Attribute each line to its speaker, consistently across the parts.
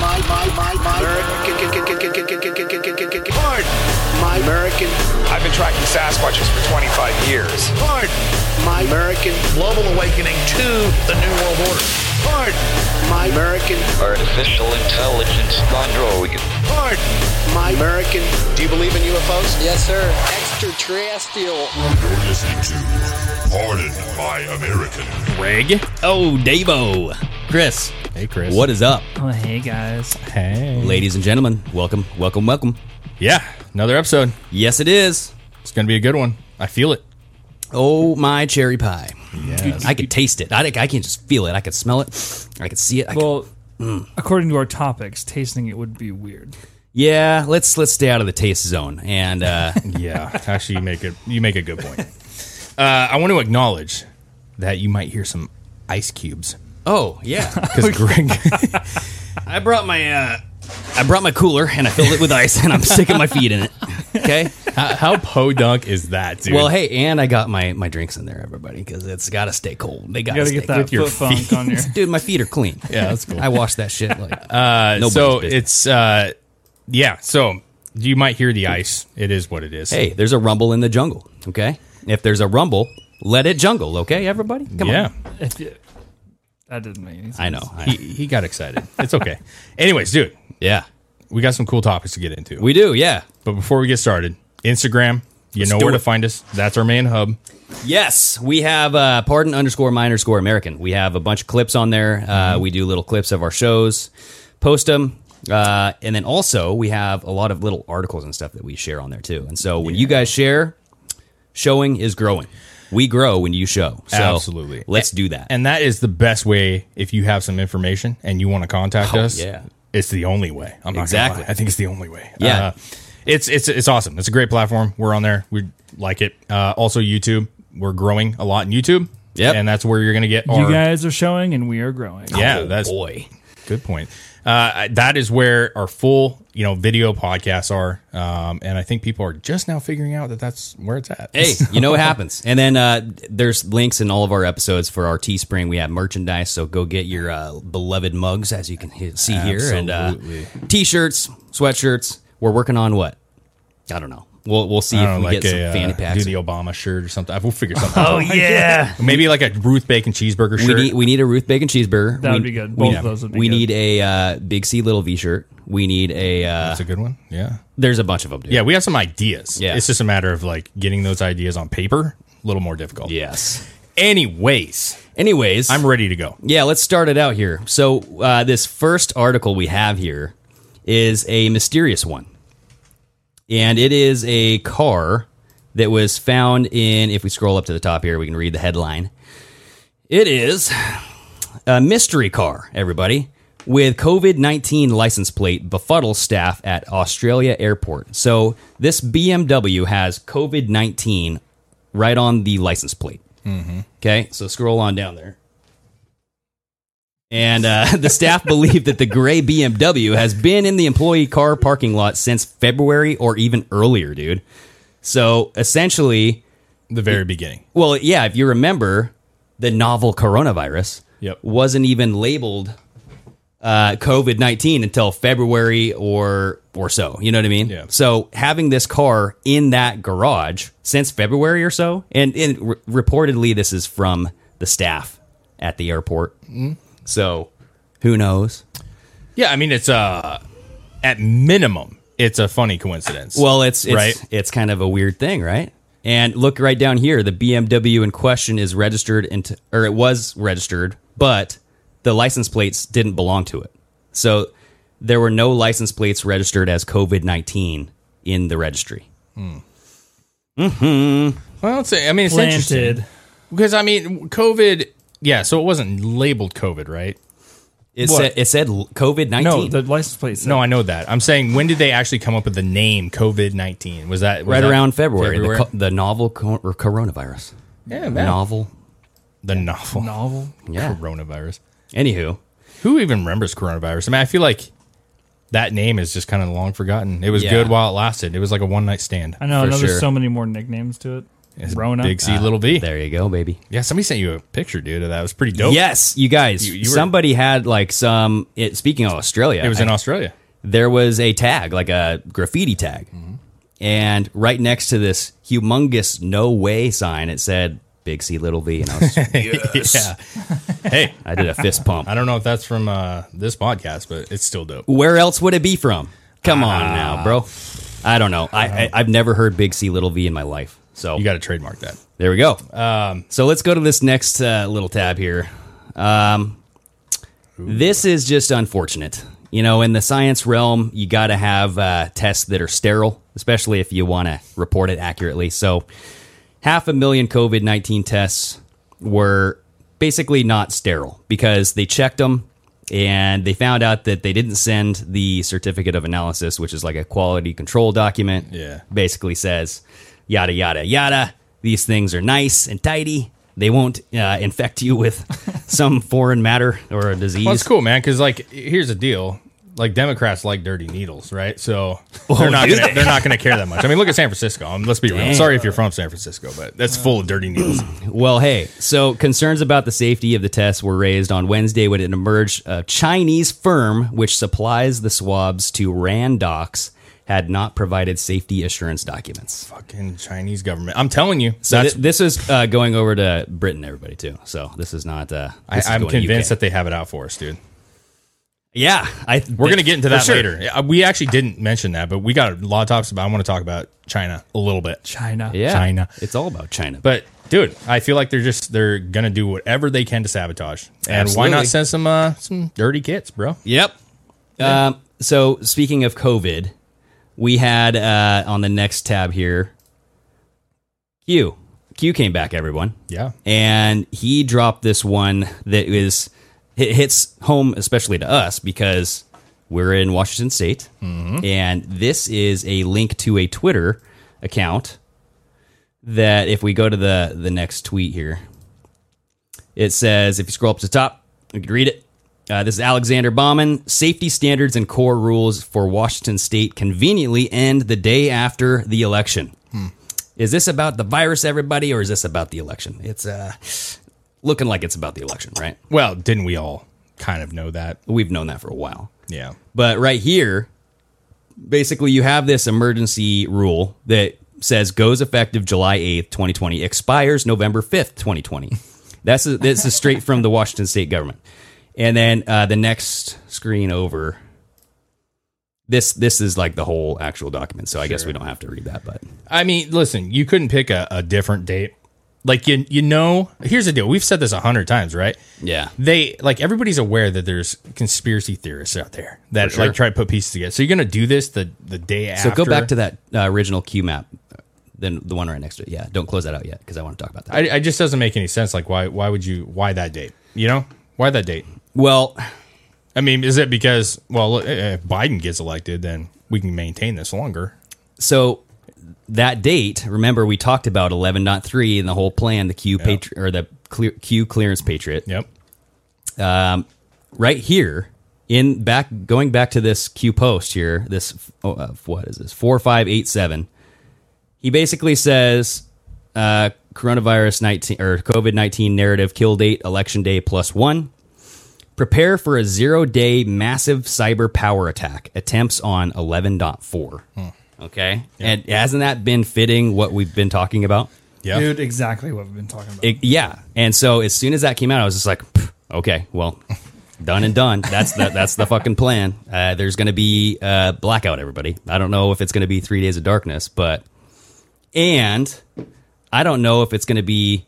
Speaker 1: My, my, my, my American. Pardon. My American.
Speaker 2: I've been tracking Sasquatches for 25 years.
Speaker 1: Pardon. My American.
Speaker 3: global awakening to the New World Order.
Speaker 1: Pardon. My American.
Speaker 4: Artificial intelligence Monroe.
Speaker 1: Pardon. My American.
Speaker 3: Do you believe in UFOs?
Speaker 5: Yes, sir. Extraterrestrial.
Speaker 6: You're listening to Pardon My American.
Speaker 7: Greg. Oh, Davo. Chris.
Speaker 8: Hey, Chris.
Speaker 7: What is up?
Speaker 9: Oh, hey guys.
Speaker 8: Hey.
Speaker 7: Ladies and gentlemen, welcome, welcome, welcome.
Speaker 8: Yeah, another episode.
Speaker 7: Yes, it is.
Speaker 8: It's going to be a good one. I feel it.
Speaker 7: Oh, my cherry pie.
Speaker 8: Yes.
Speaker 7: I could taste it. I, think- I can just feel it. I could smell it. I could see it. I could-
Speaker 9: Well,
Speaker 8: Mm.
Speaker 9: according to our topics, tasting it would be weird.
Speaker 7: yeah, let's let's stay out of the taste zone. And uh,
Speaker 8: yeah, actually, you make it. You make a good point. Uh, I want to acknowledge that you might hear some ice cubes
Speaker 7: oh yeah,
Speaker 8: because Greg.
Speaker 7: I brought my uh, I brought my cooler and I filled it with ice and I'm sticking my feet in it. Okay.
Speaker 8: how, how podunk is that, dude?
Speaker 7: Well, hey, and I got my my drinks in there, everybody, because it's got to stay cold. They got to
Speaker 9: You gotta
Speaker 7: stay
Speaker 9: get that
Speaker 7: cold.
Speaker 9: foot
Speaker 8: your
Speaker 9: funk on your.
Speaker 7: Dude, my feet are clean.
Speaker 8: yeah, that's cool.
Speaker 7: I wash that shit like
Speaker 8: Uh,
Speaker 7: Nobody's
Speaker 8: so
Speaker 7: business.
Speaker 8: it's uh, yeah. So you might hear the ice. It is what it is.
Speaker 7: Hey, there's a rumble in the jungle, okay? If there's a rumble, let it jungle, okay, everybody? Come
Speaker 8: yeah.
Speaker 7: on.
Speaker 9: If you- that didn't make any sense.
Speaker 7: I know. I-
Speaker 8: He, he got excited. It's okay. Anyways, dude,
Speaker 7: yeah.
Speaker 8: we got some cool topics to get into.
Speaker 7: We do, yeah.
Speaker 8: But before we get started, Instagram, you know
Speaker 7: do
Speaker 8: where to
Speaker 7: it.
Speaker 8: find us. That's our main hub.
Speaker 7: Yes, we have uh, pardon underscore my underscore American. We have a bunch of clips on there. Uh,
Speaker 8: Mm-hmm.
Speaker 7: We do little clips of our shows, post them, uh, and then also we have a lot of little articles and stuff that we share on there too. And so when you guys share, showing is growing. We grow when you show. So
Speaker 8: Absolutely.
Speaker 7: let's do that.
Speaker 8: And that is the best way if you have some information and you want to contact
Speaker 7: Oh,
Speaker 8: us.
Speaker 7: yeah.
Speaker 8: It's the only way. I'm not
Speaker 7: Exactly.
Speaker 8: exactly. I think it's the only way.
Speaker 7: Yeah.
Speaker 8: Uh, it's it's it's awesome. It's a great platform. We're on there. We like it. Uh, also YouTube. We're growing a lot in YouTube.
Speaker 7: Yep.
Speaker 8: And that's where you're going to get our
Speaker 9: You guys are showing, and we are growing.
Speaker 8: Yeah,
Speaker 7: Oh,
Speaker 8: that's
Speaker 7: boy.
Speaker 8: Good point. Uh, that is where our full, you know, video podcasts are, um, and I think people are just now figuring out that that's where it's at.
Speaker 7: Hey, you know what happens. And then uh, there's links in all of our episodes for our Teespring. We have merchandise, so go get your uh, beloved mugs, as you can he- see here, and uh,
Speaker 8: Absolutely.
Speaker 7: t-shirts, sweatshirts. We're working on what? I don't know. We'll we'll see
Speaker 8: I
Speaker 7: if
Speaker 8: don't
Speaker 7: we
Speaker 8: know, like
Speaker 7: get some
Speaker 8: a, uh,
Speaker 7: fanny
Speaker 8: do
Speaker 7: packs. Oh,
Speaker 8: the Obama shirt or something. We'll figure something. out.
Speaker 9: Oh, yeah.
Speaker 8: Maybe like a Ruth Bacon cheeseburger
Speaker 7: we
Speaker 8: shirt.
Speaker 7: need we need a Ruth Bacon cheeseburger.
Speaker 9: That
Speaker 7: We-
Speaker 9: would be good.
Speaker 7: We,
Speaker 9: Both of those would be
Speaker 7: we
Speaker 9: good.
Speaker 7: need a uh, Big C Little V shirt. We need a. Uh,
Speaker 8: that's a good one. Yeah,
Speaker 7: there's a bunch of them. Dude.
Speaker 8: yeah. We have some ideas.
Speaker 7: Yeah.
Speaker 8: it's just a matter of like getting those ideas on paper. A little more difficult.
Speaker 7: Yes.
Speaker 8: Anyways,
Speaker 7: Anyways,
Speaker 8: I'm ready to go.
Speaker 7: Yeah, let's start it out here. So, uh, this first article we have here is a mysterious one. And it is a car that was found in, if we scroll up to the top here, we can read the headline. It is a mystery car, everybody, with COVID 19 license plate befuddles staff at Australia Airport. So, this BMW has COVID 19 right on the license plate. Okay, so scroll on down there. And uh, the staff believe that the gray BMW has been in the employee car parking lot since February or even earlier, dude. So essentially,
Speaker 8: The very beginning.
Speaker 7: well, yeah, if you remember, the novel coronavirus
Speaker 8: Yep.
Speaker 7: wasn't even labeled uh, COVID nineteen until February or or so. You know what I mean?
Speaker 8: Yeah.
Speaker 7: So having this car in that garage since February or so, and, and re- reportedly this is from the staff at the airport.
Speaker 8: Mm-hmm.
Speaker 7: So who knows?
Speaker 8: Yeah, I mean it's uh at minimum it's a funny coincidence.
Speaker 7: Well, it's it's,
Speaker 8: Right.
Speaker 7: it's kind of a weird thing, right? And look right down here. The BMW in question is registered into, or it was registered, but the license plates didn't belong to it. So there were no license plates registered as COVID nineteen in the registry.
Speaker 8: Well, it's, I mean, it's interesting
Speaker 9: Planted.
Speaker 8: because I mean, COVID yeah, so it wasn't labeled COVID, right?
Speaker 7: It
Speaker 9: What?
Speaker 7: said it said COVID
Speaker 9: No,
Speaker 7: nineteen.
Speaker 9: the license plate. said-
Speaker 8: No, I know that. I'm saying when did they actually come up with the name COVID nineteen? Was that was
Speaker 7: right
Speaker 8: that
Speaker 7: around February, The, co- the novel co- or coronavirus.
Speaker 8: yeah,
Speaker 7: The
Speaker 8: man.
Speaker 7: novel.
Speaker 8: the novel,
Speaker 9: novel.
Speaker 7: Yeah.
Speaker 8: coronavirus.
Speaker 7: Anywho,
Speaker 8: Who even remembers coronavirus? I mean, I feel like that name is just kind of long forgotten. It was
Speaker 7: Yeah.
Speaker 8: good while it lasted. It was like a one night stand.
Speaker 9: I know. I
Speaker 7: For
Speaker 9: know
Speaker 7: sure.
Speaker 9: there's so many more nicknames to it.
Speaker 8: It's
Speaker 9: Rona. uh,
Speaker 8: Big C, little V.
Speaker 7: there you go, baby.
Speaker 8: Yeah, somebody sent you a picture, dude. Of that It was pretty dope.
Speaker 7: Yes, you guys.
Speaker 8: You- you were-
Speaker 7: somebody had like some. It, speaking of Australia,
Speaker 8: it was in
Speaker 7: I-
Speaker 8: Australia.
Speaker 7: there was a tag, like a graffiti tag, and right next to this humongous "No Way" sign, it said "Big C, Little V," and I was,
Speaker 8: Yeah. hey,
Speaker 7: I did a fist pump.
Speaker 8: I don't know if that's from uh, this podcast, but it's still dope.
Speaker 7: Where else would it be from? Come on now, bro. I don't know. I, I I've never heard Big C, Little V in my life. So
Speaker 8: You got to trademark that.
Speaker 7: There we go. Um, so let's go to this next uh, little tab here. Um, this is just unfortunate. You know, in the science realm, you got to have uh, tests that are sterile, especially if you want to report it accurately. So, half a million COVID 19 tests were basically not sterile because they checked them and they found out that they didn't send the certificate of analysis, which is like a quality control document.
Speaker 8: Yeah.
Speaker 7: Basically says, yada, yada, yada. These things are nice and tidy. They won't uh, infect you with some foreign matter or a disease.
Speaker 8: Well, it's cool, man. Because like, here's the deal: like Democrats like dirty needles, right? So they're not
Speaker 7: do
Speaker 8: gonna, they're not going to care that much. I mean, look at San Francisco. Um, let's be real. Sorry if you're from San Francisco, but that's full of dirty needles.
Speaker 7: Well, hey, so concerns about the safety of the tests were raised on Wednesday when it emerged a Chinese firm which supplies the swabs to Randox had not provided safety assurance documents.
Speaker 8: Fucking Chinese government. I'm telling you,
Speaker 7: So
Speaker 8: that's.
Speaker 7: thi- this is uh, going over to Britain, everybody, too. So this is not. Uh,
Speaker 8: I, I'm convinced that they have it out for us, dude.
Speaker 7: yeah, I,
Speaker 8: We're going to get into that
Speaker 7: for sure.
Speaker 8: later. Yeah, We actually didn't mention that, but we got a lot of topics about. I want to talk about China a little bit.
Speaker 9: China.
Speaker 7: Yeah,
Speaker 8: China.
Speaker 7: It's all about China. But
Speaker 8: But dude, I feel like they're just they're gonna do whatever they can to sabotage. And
Speaker 7: Absolutely.
Speaker 8: why not send some uh some dirty kits, bro?
Speaker 7: yep. Um, so speaking of COVID, we had uh, on the next tab here. Q Q came back, everyone.
Speaker 8: Yeah.
Speaker 7: and he dropped this one that is it hits home especially to us because we're in Washington State, and this is a link to a Twitter account that if we go to the the next tweet here, it says if you scroll up to the top, you can read it. Uh, this is Alexander Bauman. Safety standards and core rules for Washington State conveniently end the day after the election. Is this about the virus, everybody, or is this about the election? It's uh, looking like it's about the election, right?
Speaker 8: Well, didn't we all kind of know that?
Speaker 7: We've known that for a while.
Speaker 8: Yeah.
Speaker 7: But right here, basically, you have this emergency rule that says goes effective July 8th, 2020, expires November 5th, 2020. That's a, this is straight from the Washington state government. And then uh, the next screen over. This this is like the whole actual document, so I guess we don't have to read that. But
Speaker 8: I mean, listen, you couldn't pick a, a different date. Like you you know, here's the deal. We've said this a hundred times, right?
Speaker 7: yeah,
Speaker 8: They like everybody's aware that there's conspiracy theorists out there that
Speaker 7: sure.
Speaker 8: like try to put pieces together. So you're gonna do this the the day
Speaker 7: So
Speaker 8: after.
Speaker 7: go back to that uh, original Q map, then the one right next to it. Yeah, don't close that out yet because I want to talk about that.
Speaker 8: I, I just doesn't make any sense. Like why why would you why that date? You know why that date?
Speaker 7: well,
Speaker 8: I mean, is it because well, look, eh, if Biden gets elected, then we can maintain this longer?
Speaker 7: so that date, remember we talked about 11.3 and the whole plan, the Q patri- or the clear, Q clearance patriot.
Speaker 8: Yep.
Speaker 7: Right here in back going back to this Q post here, this oh, uh, what is this? 4587. He basically says uh, coronavirus 19 or COVID-19 narrative kill date election day plus 1. Prepare for a zero day massive cyber power attack. Attempts on 11.4. Okay. And hasn't that been fitting what we've been talking about?
Speaker 8: Yeah.
Speaker 9: Dude, exactly what we've been talking about.
Speaker 7: It- yeah. And so as soon as that came out, I was just like, "Pff, okay, well, done and done. That's the, that's the fucking plan. Uh, there's going to be uh, blackout, everybody. I don't know if it's going to be three days of darkness, but and I don't know if it's going to be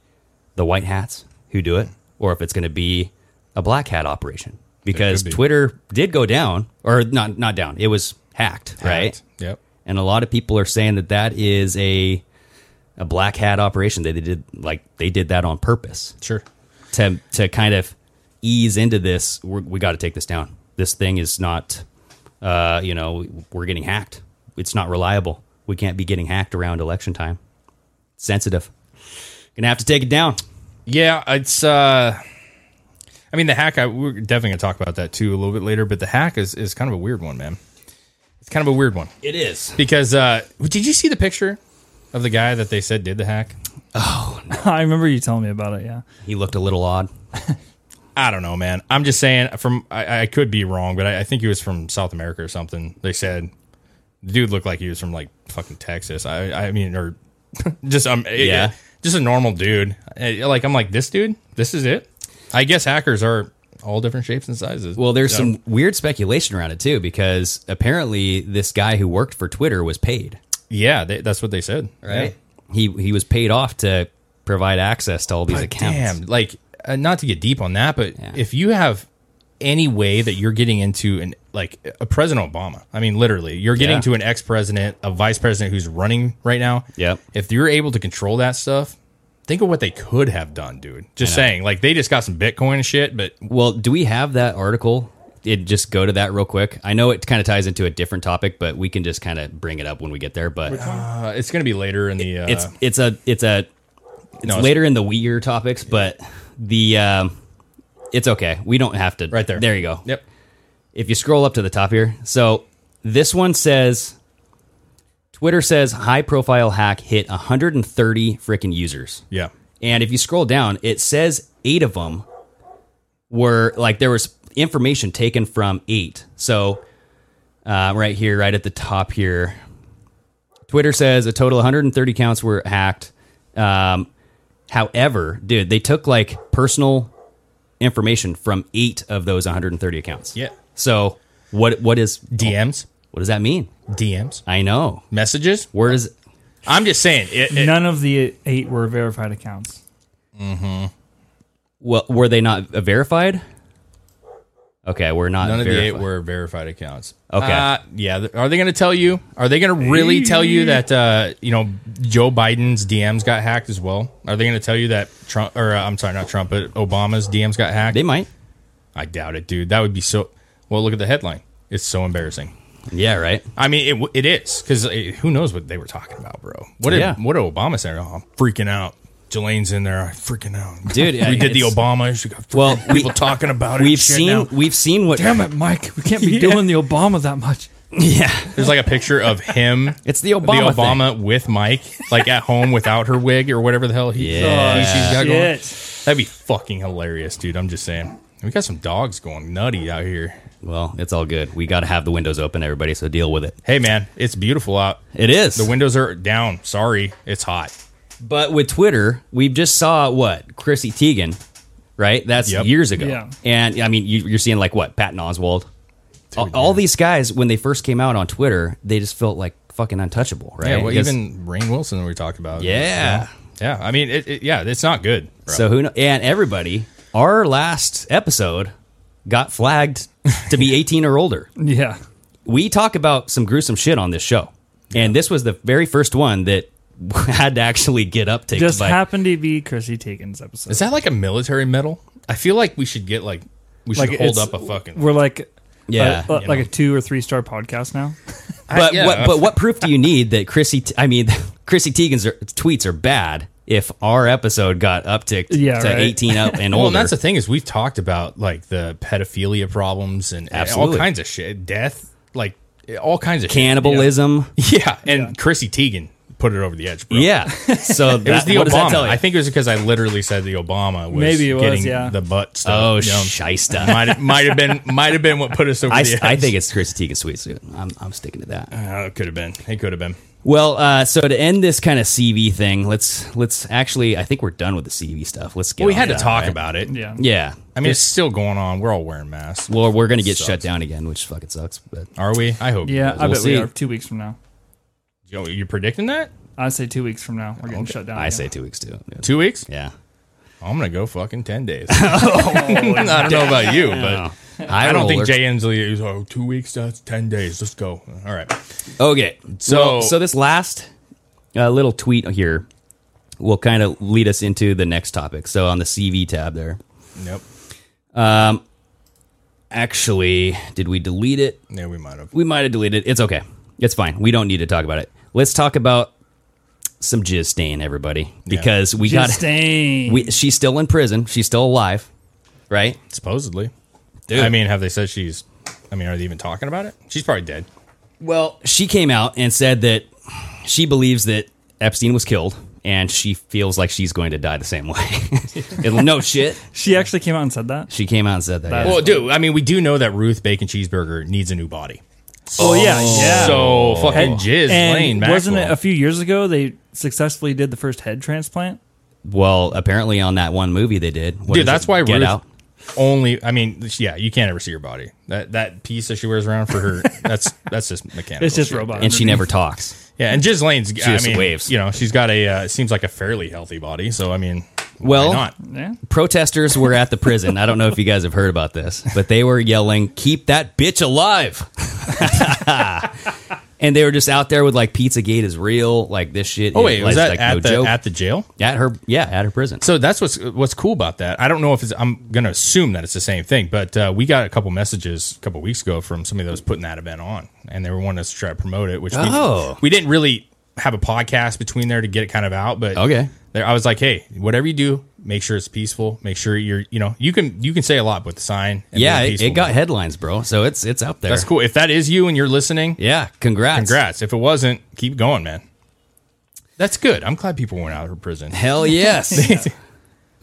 Speaker 7: the white hats who do it or if it's going to be a black hat operation because
Speaker 8: be.
Speaker 7: Twitter did go down or not not down. It was hacked, right?
Speaker 8: Yep.
Speaker 7: and a lot of people are saying that that is a a black hat operation that they did like they did that on purpose.
Speaker 8: Sure.
Speaker 7: to to kind of ease into this, we're, we got to take this down. This thing is not, uh, you know, we're getting hacked. It's not reliable. We can't be getting hacked around election time. Sensitive. Gonna have to take it down.
Speaker 8: Yeah, it's. uh I mean, the hack. I, we're definitely gonna talk about that too a little bit later. But the hack is is kind of a weird one, man. It's kind of a weird one
Speaker 7: It is.
Speaker 8: because uh did you see the picture of the guy that they said did the hack?
Speaker 9: I remember you telling me about it. Yeah,
Speaker 7: He looked a little odd.
Speaker 8: I don't know, man. I'm just saying. From I, I could be wrong, but I, I think he was from South America or something. They said the dude looked like he was from like fucking Texas. I I mean, or just um
Speaker 7: Yeah.
Speaker 8: yeah, just a normal dude. Eh, Like I'm like this dude. This is it. I guess hackers are all different shapes and sizes.
Speaker 7: Well, there's
Speaker 8: Yeah.
Speaker 7: some weird speculation around it too, because apparently this guy who worked for Twitter was paid.
Speaker 8: yeah, they, that's what they said.
Speaker 7: Right. He he was paid off to provide access to all these
Speaker 8: Yeah. But
Speaker 7: accounts.
Speaker 8: damn, like uh, not to get deep on that, but
Speaker 7: Yeah.
Speaker 8: if you have any way that you're getting into an like a President Obama, I mean, literally, you're getting
Speaker 7: Yeah.
Speaker 8: to an ex president, a vice president who's running right now.
Speaker 7: Yep.
Speaker 8: If you're able to control that stuff, think of what they could have done, dude. Just saying, like they just got some Bitcoin and shit, but
Speaker 7: Well, do we have that article? It just go to that real quick. I know it kind of ties into a different topic, but we can just kind of bring it up when we get there. But
Speaker 8: uh, it's gonna be later in the. Uh,
Speaker 7: it's it's a it's a it's
Speaker 8: No, it's-
Speaker 7: later in the weirder topics, but the um, it's okay. We don't have to.
Speaker 8: right there.
Speaker 7: There you go.
Speaker 8: Yep.
Speaker 7: if you scroll up to the top here, so this one says Twitter says high profile hack hit 130 freaking users.
Speaker 8: Yeah.
Speaker 7: And if you scroll down, it says eight of them were like there was information taken from eight. So, uh, right here, right at the top here, Twitter says a total of 130 counts were hacked. Um, however, dude, they took like personal information from eight of those 130 accounts.
Speaker 8: Yeah.
Speaker 7: So, what what is
Speaker 8: DMs,
Speaker 7: what does that mean?
Speaker 8: DMs,
Speaker 7: I know.
Speaker 8: messages.
Speaker 7: Where is
Speaker 8: I'm just saying. It, it-
Speaker 9: none of the eight were verified accounts.
Speaker 7: well, were they not verified? Okay, we're not.
Speaker 8: None of the eight
Speaker 7: verified.
Speaker 8: were verified accounts.
Speaker 7: Okay.
Speaker 8: Uh, yeah. th- Are they going to tell you? Are they going to really tell you that uh, you know Joe Biden's DMs got hacked as well? Are they going to tell you that Trump or uh, I'm sorry, not Trump, but Obama's DMs got hacked?
Speaker 7: They might.
Speaker 8: I doubt it, dude. That would be so. Well, look at the headline. It's so embarrassing.
Speaker 7: Yeah, right.
Speaker 8: I mean, it w- it is because who knows what they were talking about, bro? What did
Speaker 7: Yeah.
Speaker 8: what did Obama say? Oh, I'm freaking out. Jelaine's in there, I'm freaking out,
Speaker 7: Dude,
Speaker 8: We
Speaker 7: yeah,
Speaker 8: did the
Speaker 7: it's-
Speaker 8: Obama. She got
Speaker 7: Well,
Speaker 8: well,
Speaker 7: we-
Speaker 8: people talking about it.
Speaker 7: We've
Speaker 8: and shit
Speaker 7: seen
Speaker 8: now.
Speaker 7: we've seen what
Speaker 9: Damn it, Mike! We can't be doing the Obama that much.
Speaker 7: yeah.
Speaker 8: There's like a picture of him.
Speaker 7: It's the Obama
Speaker 8: The Obama with Mike, like at home without her wig or whatever the hell he.
Speaker 9: Oh,
Speaker 7: Yeah.
Speaker 8: he- she's got going.
Speaker 9: Shit.
Speaker 8: That'd be fucking hilarious, dude. I'm just saying. We got some dogs going nutty out here.
Speaker 7: Well, it's all good. We got to have the windows open, everybody. So deal with it.
Speaker 8: Hey man, it's beautiful out.
Speaker 7: It is
Speaker 8: The windows are down. Sorry, it's hot.
Speaker 7: But with Twitter, we just saw what Chrissy Teigen, right? That's
Speaker 8: Yep.
Speaker 7: years ago.
Speaker 9: Yeah.
Speaker 7: And I mean, you, you're seeing like what Patton Oswald, all, all these guys when they first came out on Twitter, they just felt like fucking untouchable, right?
Speaker 8: Yeah, well,
Speaker 7: Because-
Speaker 8: even Rain Wilson we talked about.
Speaker 7: Yeah.
Speaker 8: yeah. I mean, it, it- yeah, it's not good. bro.
Speaker 7: So who know? And everybody, our last episode got flagged to be 18 or older.
Speaker 9: Yeah,
Speaker 7: we talk about some gruesome shit on this show, and this was the very first one that had to actually get upticked.
Speaker 9: just
Speaker 7: by,
Speaker 9: happened to be Chrissy Teigen's episode.
Speaker 8: is that like a military medal? I feel like we should get like we should hold
Speaker 9: it's-
Speaker 8: up a fucking.
Speaker 9: We're like
Speaker 7: yeah.
Speaker 9: uh,
Speaker 7: but
Speaker 9: like a two or three star podcast now.
Speaker 8: I- yeah.
Speaker 7: what, but what proof do you need that Chrissy? T- I mean, Chrissy Teigen's er- tweets are bad. If our episode got upticked
Speaker 9: Yeah,
Speaker 7: to
Speaker 9: right.
Speaker 7: eighteen up and
Speaker 8: Well,
Speaker 7: older,
Speaker 8: and that's the thing is we've talked about like the pedophilia problems and, and all
Speaker 7: Absolutely.
Speaker 8: kinds of shit, death, like all kinds of shit, you know?
Speaker 7: cannibalism.
Speaker 8: Yeah, and Chrissy Teigen put it over the edge, bro.
Speaker 7: Yeah, so that,
Speaker 8: It was the
Speaker 7: what does that
Speaker 8: Obama.
Speaker 7: tell you?
Speaker 8: I think it was because I literally said the Obama was
Speaker 9: Maybe it was,
Speaker 8: getting
Speaker 9: yeah.
Speaker 8: the butt
Speaker 7: oh,
Speaker 8: stuff.
Speaker 7: shysta.
Speaker 8: might might have been might have been what put us over
Speaker 7: I,
Speaker 8: the edge.
Speaker 7: I think it's Chrissy Teigen's tweets. dude. I'm I'm sticking to that.
Speaker 8: Uh, it could have been. It could have been.
Speaker 7: Well, uh, so to end this kind of CV thing, let's let's actually. I think we're done with the CV stuff. Let's get.
Speaker 8: Well, we
Speaker 7: on
Speaker 8: had to
Speaker 7: that,
Speaker 8: talk
Speaker 7: right?
Speaker 8: about it.
Speaker 9: Yeah,
Speaker 7: Yeah,
Speaker 8: I mean, it's still going on. We're all wearing masks,
Speaker 7: well, we're gonna get
Speaker 8: Sucks.
Speaker 7: shut down again, which fucking sucks. But
Speaker 8: are we? I hope.
Speaker 9: yeah. I
Speaker 7: We'll
Speaker 9: bet
Speaker 7: see.
Speaker 9: we are two weeks from now.
Speaker 8: Yo, you're predicting that
Speaker 9: I say two weeks from now we're getting shut down.
Speaker 7: I
Speaker 9: again.
Speaker 7: say two weeks too. Yeah.
Speaker 8: two weeks.
Speaker 7: Yeah,
Speaker 8: I'm gonna go fucking ten days. Oh, I don't know about you, but
Speaker 7: I,
Speaker 8: I don't think
Speaker 7: roller.
Speaker 8: Jay Inslee is oh two weeks. That's ten days. Let's go. All right.
Speaker 7: Okay, so
Speaker 8: So-
Speaker 7: so this last uh, little tweet here will kind of lead us into the next topic. So on the CV tab there.
Speaker 8: Nope.
Speaker 7: Actually, did we delete it?
Speaker 8: Yeah, we might have.
Speaker 7: We might have deleted. It's okay. It's fine. We don't need to talk about it. Let's talk about some jizz stain, everybody, because we got
Speaker 9: Disdain.
Speaker 7: we. She's still in prison. She's still alive, right?
Speaker 8: Supposedly. I mean, have they said she's? I mean, are they even talking about it? She's probably dead.
Speaker 7: Well, she came out and said that she believes that Epstein was killed, and she feels like she's going to die the same way. no shit.
Speaker 9: she actually came out and said that.
Speaker 7: She came out and said that. yeah.
Speaker 8: Well, dude, I mean, we do know that Ruth Bacon Cheeseburger needs a new body.
Speaker 9: Oh, yeah, yeah.
Speaker 8: So Oh, fucking jizz,
Speaker 9: and
Speaker 8: Lane Maxwell.
Speaker 9: wasn't it a few years ago they successfully did the first head transplant?
Speaker 7: Well, apparently on that one movie they did. What
Speaker 8: dude,
Speaker 7: is
Speaker 8: that's
Speaker 7: it?
Speaker 8: why
Speaker 7: Get
Speaker 8: Ruth
Speaker 7: Out.
Speaker 8: only. I mean, yeah, you can't ever see her body. That that piece that she wears around for her, that's that's just mechanical.
Speaker 9: It's just
Speaker 8: Oh, shit.
Speaker 9: robot.
Speaker 7: and she never talks.
Speaker 8: Yeah, and Jizz Lane's. I
Speaker 7: just
Speaker 8: mean,
Speaker 7: waves.
Speaker 8: You know, she's got a. Uh, seems like a fairly healthy body. So I mean,
Speaker 7: Well,
Speaker 8: why not?
Speaker 9: Yeah.
Speaker 7: protesters were at the prison. I don't know if you guys have heard about this, but they were yelling, "Keep that bitch alive!" and they were just out there with like "Pizzagate is real," like this shit.
Speaker 8: Oh wait,
Speaker 7: is,
Speaker 8: was that
Speaker 7: like,
Speaker 8: at
Speaker 7: no
Speaker 8: the
Speaker 7: joke.
Speaker 8: at the jail?
Speaker 7: At her? Yeah, at her prison.
Speaker 8: So that's what's what's cool about that. I don't know if it's. I'm gonna assume that it's the same thing, but uh, we got a couple messages a couple weeks ago from somebody that was putting that event on, and they were wanting us to try to promote it, which
Speaker 7: Oh.
Speaker 8: we, we didn't really have a podcast between there to get it kind of out, but
Speaker 7: Okay.
Speaker 8: There, I was like, hey, whatever you do, make sure it's peaceful. Make sure you're, you know, you can you can say a lot with the sign. and
Speaker 7: yeah,
Speaker 8: be
Speaker 7: it,
Speaker 8: peaceful.
Speaker 7: it got headlines, bro. So it's it's out there.
Speaker 8: That's cool. If that is you and you're listening,
Speaker 7: Yeah, congrats.
Speaker 8: Congrats. If it wasn't, keep going, man. That's good. I'm glad people went out of prison.
Speaker 7: Hell yes.
Speaker 8: Well,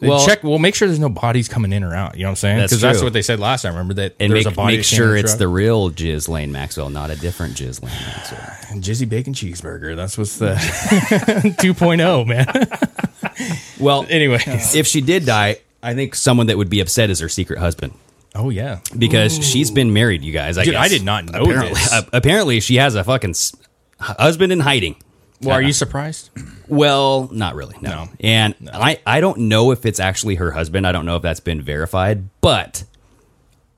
Speaker 7: well,
Speaker 8: check. We'll make sure there's no bodies coming in or out. You know what I'm saying?
Speaker 7: That's
Speaker 8: Because that's
Speaker 7: true.
Speaker 8: what they said last time. Remember that?
Speaker 7: and
Speaker 8: there's
Speaker 7: make,
Speaker 8: a body
Speaker 7: make
Speaker 8: that came
Speaker 7: sure
Speaker 8: in
Speaker 7: it's
Speaker 8: truck?
Speaker 7: the real Jizz Lane Maxwell, not a different Jizz Lane Maxwell.
Speaker 8: Jizzy Bacon Cheeseburger. That's what's the 2.0 man.
Speaker 7: Well,
Speaker 8: Anyway.
Speaker 7: if she did die, I think someone that would be upset is her secret husband.
Speaker 8: Oh yeah.
Speaker 7: because she's been married, you guys. I
Speaker 8: Dude,
Speaker 7: guess.
Speaker 8: I did not know
Speaker 7: apparently,
Speaker 8: this.
Speaker 7: uh, apparently, she has a fucking s- husband in hiding.
Speaker 8: Well, are you surprised?
Speaker 7: Well, not really. No.
Speaker 8: No.
Speaker 7: And I, I don't know if it's actually her husband. I don't know if that's been verified, but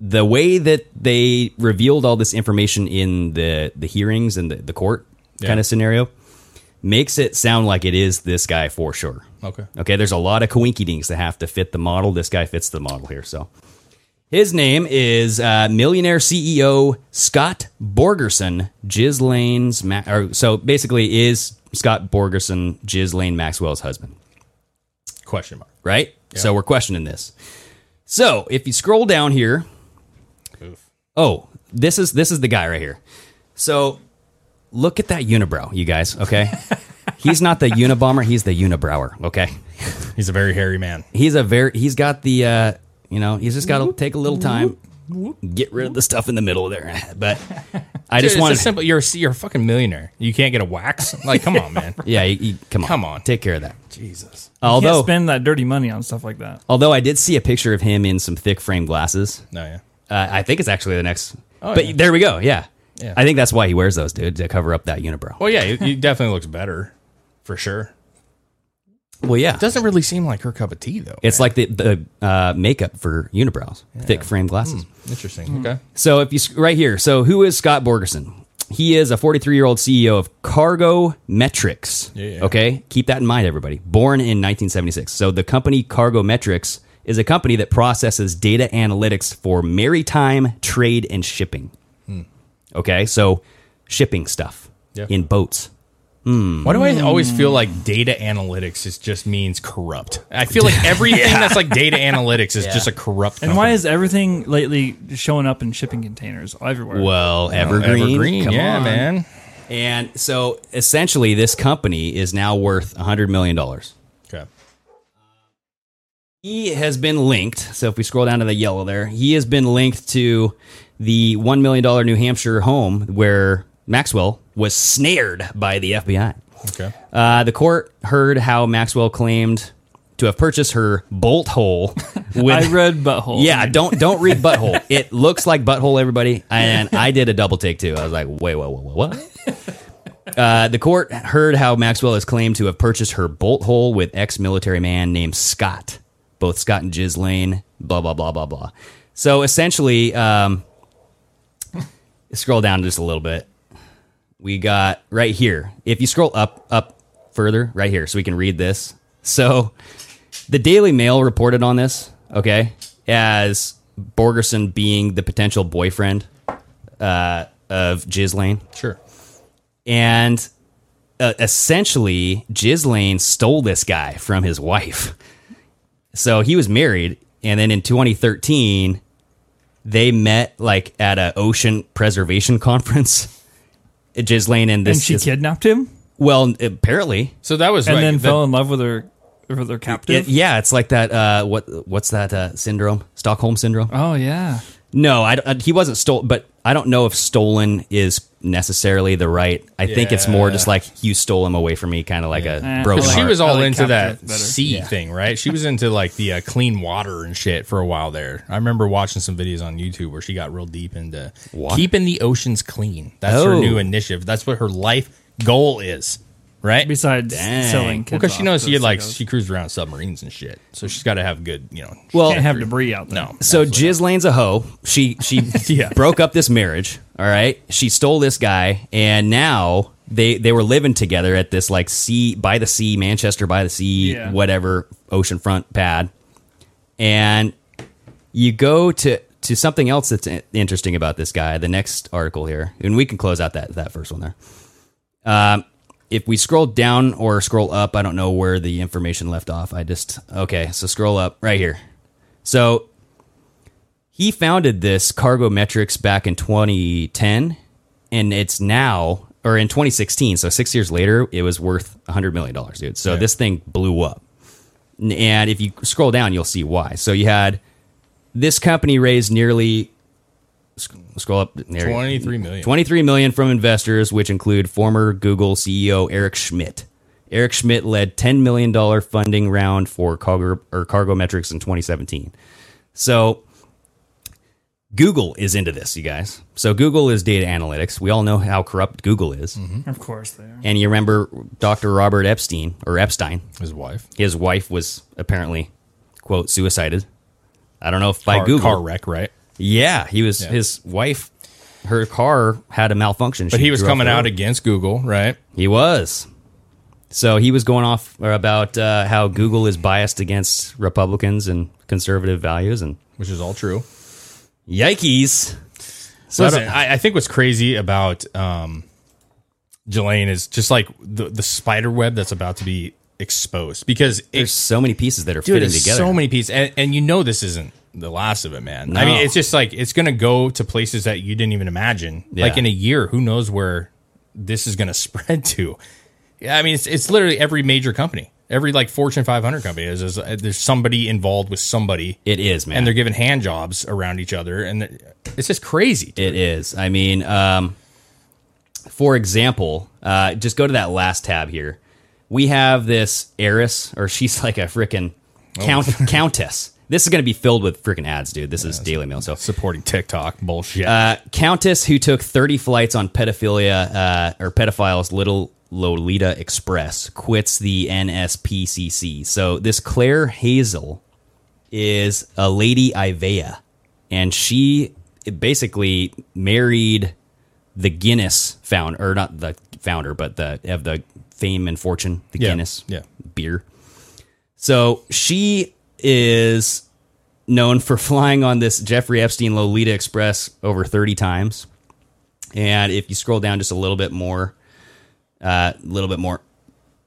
Speaker 7: the way that they revealed all this information in the, the hearings and the, the court kind of scenario makes it sound like it is this guy for sure.
Speaker 8: Okay.
Speaker 7: Okay, there's a lot of coinkydinks that have to fit the model. This guy fits the model here. So his name is uh, millionaire CEO Scott Borgerson, Jizz Lane's. Ma- or, so basically, is Scott Borgerson Jizz Lane Maxwell's husband?
Speaker 8: Question mark.
Speaker 7: Right. So we're questioning this. So if you scroll down here, oh, this is this is the guy right here. So look at that unibrow, you guys. Okay, he's not the Unabomber. He's the Unibrower. Okay
Speaker 8: He's a very hairy man.
Speaker 7: he's a very he's got the uh you know he's just got to take a little time get rid of the stuff in the middle there but i just
Speaker 8: Dude, it's
Speaker 7: wanted
Speaker 8: a simple. You're a- you're a fucking millionaire. You can't get a wax. Like, come on, man.
Speaker 7: yeah you, you- come on
Speaker 8: Come on.
Speaker 7: take care of that
Speaker 8: Jesus.
Speaker 9: Although,
Speaker 7: although
Speaker 9: Can't spend that dirty money on stuff like that.
Speaker 7: although i did see a picture of him in some thick frame glasses
Speaker 8: No, yeah.
Speaker 7: uh, i think it's actually the next
Speaker 8: Oh,
Speaker 7: but
Speaker 8: yeah.
Speaker 7: there we go yeah.
Speaker 8: Yeah.
Speaker 7: i think that's why he wears those dude to cover up that unibrow
Speaker 8: Well, yeah. He, he definitely looks better, for sure.
Speaker 7: well yeah
Speaker 8: Doesn't really seem like her cup of tea though.
Speaker 7: it's like the, the uh, makeup for unibrows thick frame glasses
Speaker 8: Hmm. interesting. Okay.
Speaker 7: So if you sc- right here, so who is Scott Borgerson? He is a 43 year old CEO of Cargo Metrics.
Speaker 8: Yeah.
Speaker 7: Okay, keep that in mind, everybody. Born in 1976, so the company Cargo Metrics is a company that processes data analytics for maritime trade and shipping. Okay, so shipping stuff
Speaker 8: Hmm. Yeah.
Speaker 7: in boats.
Speaker 8: Why do I always feel
Speaker 9: Hmm.
Speaker 8: like data analytics is just means corrupt? I feel like everything that's like data analytics is just a corrupt.
Speaker 9: And why is everything lately showing up in shipping containers everywhere?
Speaker 7: Well,
Speaker 8: evergreen?
Speaker 7: evergreen, come
Speaker 8: yeah,
Speaker 7: on.
Speaker 8: man.
Speaker 7: And so essentially, this company is now worth 100 million dollars.
Speaker 8: Okay.
Speaker 7: He has been linked. So if we scroll down to the yellow there, he has been linked to the $1 million New Hampshire home where Maxwell was snared by the FBI.
Speaker 8: Okay.
Speaker 7: Uh, the court heard how Maxwell claimed to have purchased her bolt hole
Speaker 9: I
Speaker 7: with.
Speaker 9: read butthole.
Speaker 7: yeah, don't don't read butthole. It looks like butthole, everybody. And I did a double take too. I was like, wait, whoa, whoa, whoa, what? Uh, the court heard how Maxwell has claimed to have purchased her bolt hole with ex-military man named Scott. Both Scott and Jiz Lane. Blah blah blah blah blah. So essentially, um, scroll down just a little bit. We got right here. If you scroll up up further, right here, so we can read this. So the Daily Mail reported on this, okay, as Borgerson being the potential boyfriend uh, of Ghislaine.
Speaker 8: Sure.
Speaker 7: And uh, essentially, Ghislaine stole this guy from his wife. So he was married. And then in 2013, they met like at a ocean preservation conference. Ghislaine and this
Speaker 9: and she
Speaker 7: is-
Speaker 9: kidnapped him
Speaker 7: well, apparently,
Speaker 8: So that was
Speaker 9: and
Speaker 8: like,
Speaker 9: then
Speaker 8: that-
Speaker 9: fell in love with her with her captive.
Speaker 7: It- yeah, it's like that. Uh, what what's that uh, syndrome? Stockholm syndrome.
Speaker 9: Oh yeah.
Speaker 7: No, I, don't- he wasn't stolen, but I don't know if stolen is necessarily the right. I think it's more just like you stole him away from me, kind of like
Speaker 9: Eh,
Speaker 7: a broken.
Speaker 9: Well,
Speaker 8: she
Speaker 7: heart.
Speaker 8: was all
Speaker 9: Probably
Speaker 8: into that
Speaker 9: captive better.
Speaker 8: sea thing, right? She was into like the uh, clean water and shit for a while there. I remember watching some videos on YouTube where she got real deep into
Speaker 7: Water?
Speaker 8: keeping the oceans clean. That's her
Speaker 7: Oh.
Speaker 8: new initiative. That's what her life goal is, right? Because
Speaker 9: Besides
Speaker 7: Dang.
Speaker 9: selling, kids
Speaker 8: she
Speaker 9: off
Speaker 8: knows
Speaker 9: to
Speaker 8: she like
Speaker 9: sickos.
Speaker 8: she cruised around submarines and shit, so she's got to have good, you know.
Speaker 7: well,
Speaker 9: can't have debris out there.
Speaker 8: No,
Speaker 7: so Ghislaine's a hoe. She she
Speaker 8: Yeah.
Speaker 7: broke up this marriage. All right, she stole this guy, and now they they were living together at this like sea by the sea, Manchester by the sea,
Speaker 9: Yeah.
Speaker 7: whatever oceanfront pad. And you go to to something else that's in- interesting about this guy. The next article here, and we can close out that that first one there. Um, if we scroll down or scroll up, I don't know where the information left off. I just okay, so scroll up right here. So he founded this Cargo Metrics back in 2010, and it's now or in 2016. So six years later, it was worth 100 million dollars, dude. So this thing blew up. N- And if you scroll down, you'll see why. So you had this company raised nearly sc- scroll up there you go.
Speaker 8: 23 million.
Speaker 7: 23 million from investors, which include former Google CEO Eric Schmidt. Eric Schmidt led $10 million funding round for cargo, or cargo metrics in 2017. So Google is into this, you guys. So Google is data analytics. We all know how corrupt Google is.
Speaker 8: Mm-hmm.
Speaker 9: Of course they are.
Speaker 7: And you remember Dr. Robert Epstein or Epstein,
Speaker 8: His wife
Speaker 7: his wife was apparently quote suicided. I don't know if by
Speaker 8: car,
Speaker 7: Google.
Speaker 8: car wreck, right?
Speaker 7: Yeah, he was his wife her car had a malfunction.
Speaker 8: But
Speaker 7: She
Speaker 8: he was
Speaker 7: threw off
Speaker 8: coming
Speaker 7: the
Speaker 8: out
Speaker 7: road.
Speaker 8: against Google, right?
Speaker 7: He was. So he was going off about uh, how Google is biased against Republicans and conservative values and
Speaker 8: Which is all true.
Speaker 7: yikes. So I
Speaker 8: Listen,
Speaker 7: don't-
Speaker 8: I, I think what's crazy about um, Jelaine is just like the the spider web that's about to be exposed because
Speaker 7: there's
Speaker 8: it's
Speaker 7: so many pieces that are
Speaker 8: dude,
Speaker 7: fitting
Speaker 8: it's
Speaker 7: together.
Speaker 8: so many pieces, and, and you know this isn't the last of it, man. I
Speaker 7: No.
Speaker 8: mean, it's just like it's gonna go to places that you didn't even imagine.
Speaker 7: Yeah.
Speaker 8: Like in a year, who knows where this is gonna spread to? Yeah, I mean, it's it's literally every major company, every like Fortune 500 company is, is uh, there's somebody involved with somebody.
Speaker 7: it is, man.
Speaker 8: and they're giving hand jobs around each other, and it's just crazy. dude.
Speaker 7: It is. I mean, um, for example, uh, just go to that last tab here. We have this heiress, or she's like a freaking
Speaker 8: Oh.
Speaker 7: count, countess. This is going to be filled with freaking ads, dude. This is Daily Mail. So,
Speaker 8: supporting TikTok bullshit.
Speaker 7: uh, countess who took 30 flights on pedophilia uh, or pedophiles, Little Lolita Express, quits the NSPCC. So, this Claire Hazel is a lady Ivea, and she basically married the Guinness founder, or not the founder, but the of the fame and fortune, the
Speaker 8: Yeah,
Speaker 7: Guinness
Speaker 8: yeah.
Speaker 7: beer. So she is known for flying on this Jeffrey Epstein Lolita Express over 30 times. And if you scroll down just a little bit more, uh, a little bit more,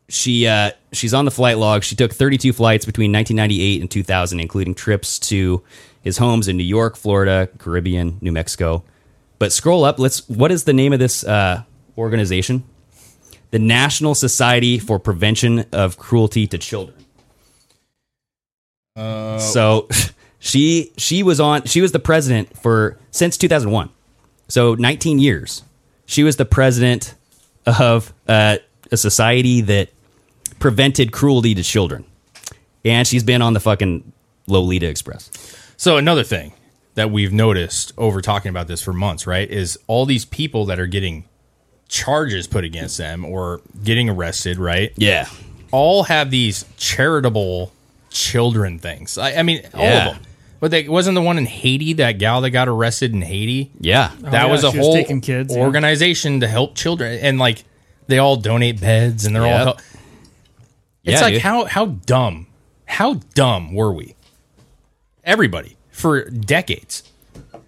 Speaker 7: she uh, she's on the flight log. She took 32 flights between 1998 and 2000, including trips to his homes in New York, Florida, Caribbean, New Mexico. But scroll up. Let's. What is the name of this uh, organization? The National Society for Prevention of Cruelty to Children. so she she was on. She was the president for since 2001. So 19 years. She was the president of uh, a society that prevented cruelty to children. And she's been on the fucking Lolita Express.
Speaker 8: so another thing that we've noticed over talking about this for months, right, is all these people that are getting charges put against them or getting arrested, right?
Speaker 7: Yeah.
Speaker 8: All have these charitable children things. I, I mean, all
Speaker 7: Yeah.
Speaker 8: of them. But they, wasn't the one in Haiti that gal that got arrested in Haiti?
Speaker 7: Yeah.
Speaker 8: that
Speaker 9: Oh, yeah,
Speaker 8: was a
Speaker 9: she was
Speaker 8: whole
Speaker 9: taking kids, yeah.
Speaker 8: organization to help children, and like they all donate beds and they're all
Speaker 7: Yep.
Speaker 8: help.
Speaker 7: Yeah,
Speaker 8: It's like
Speaker 7: dude.
Speaker 8: how how dumb, how dumb were we? Everybody for decades.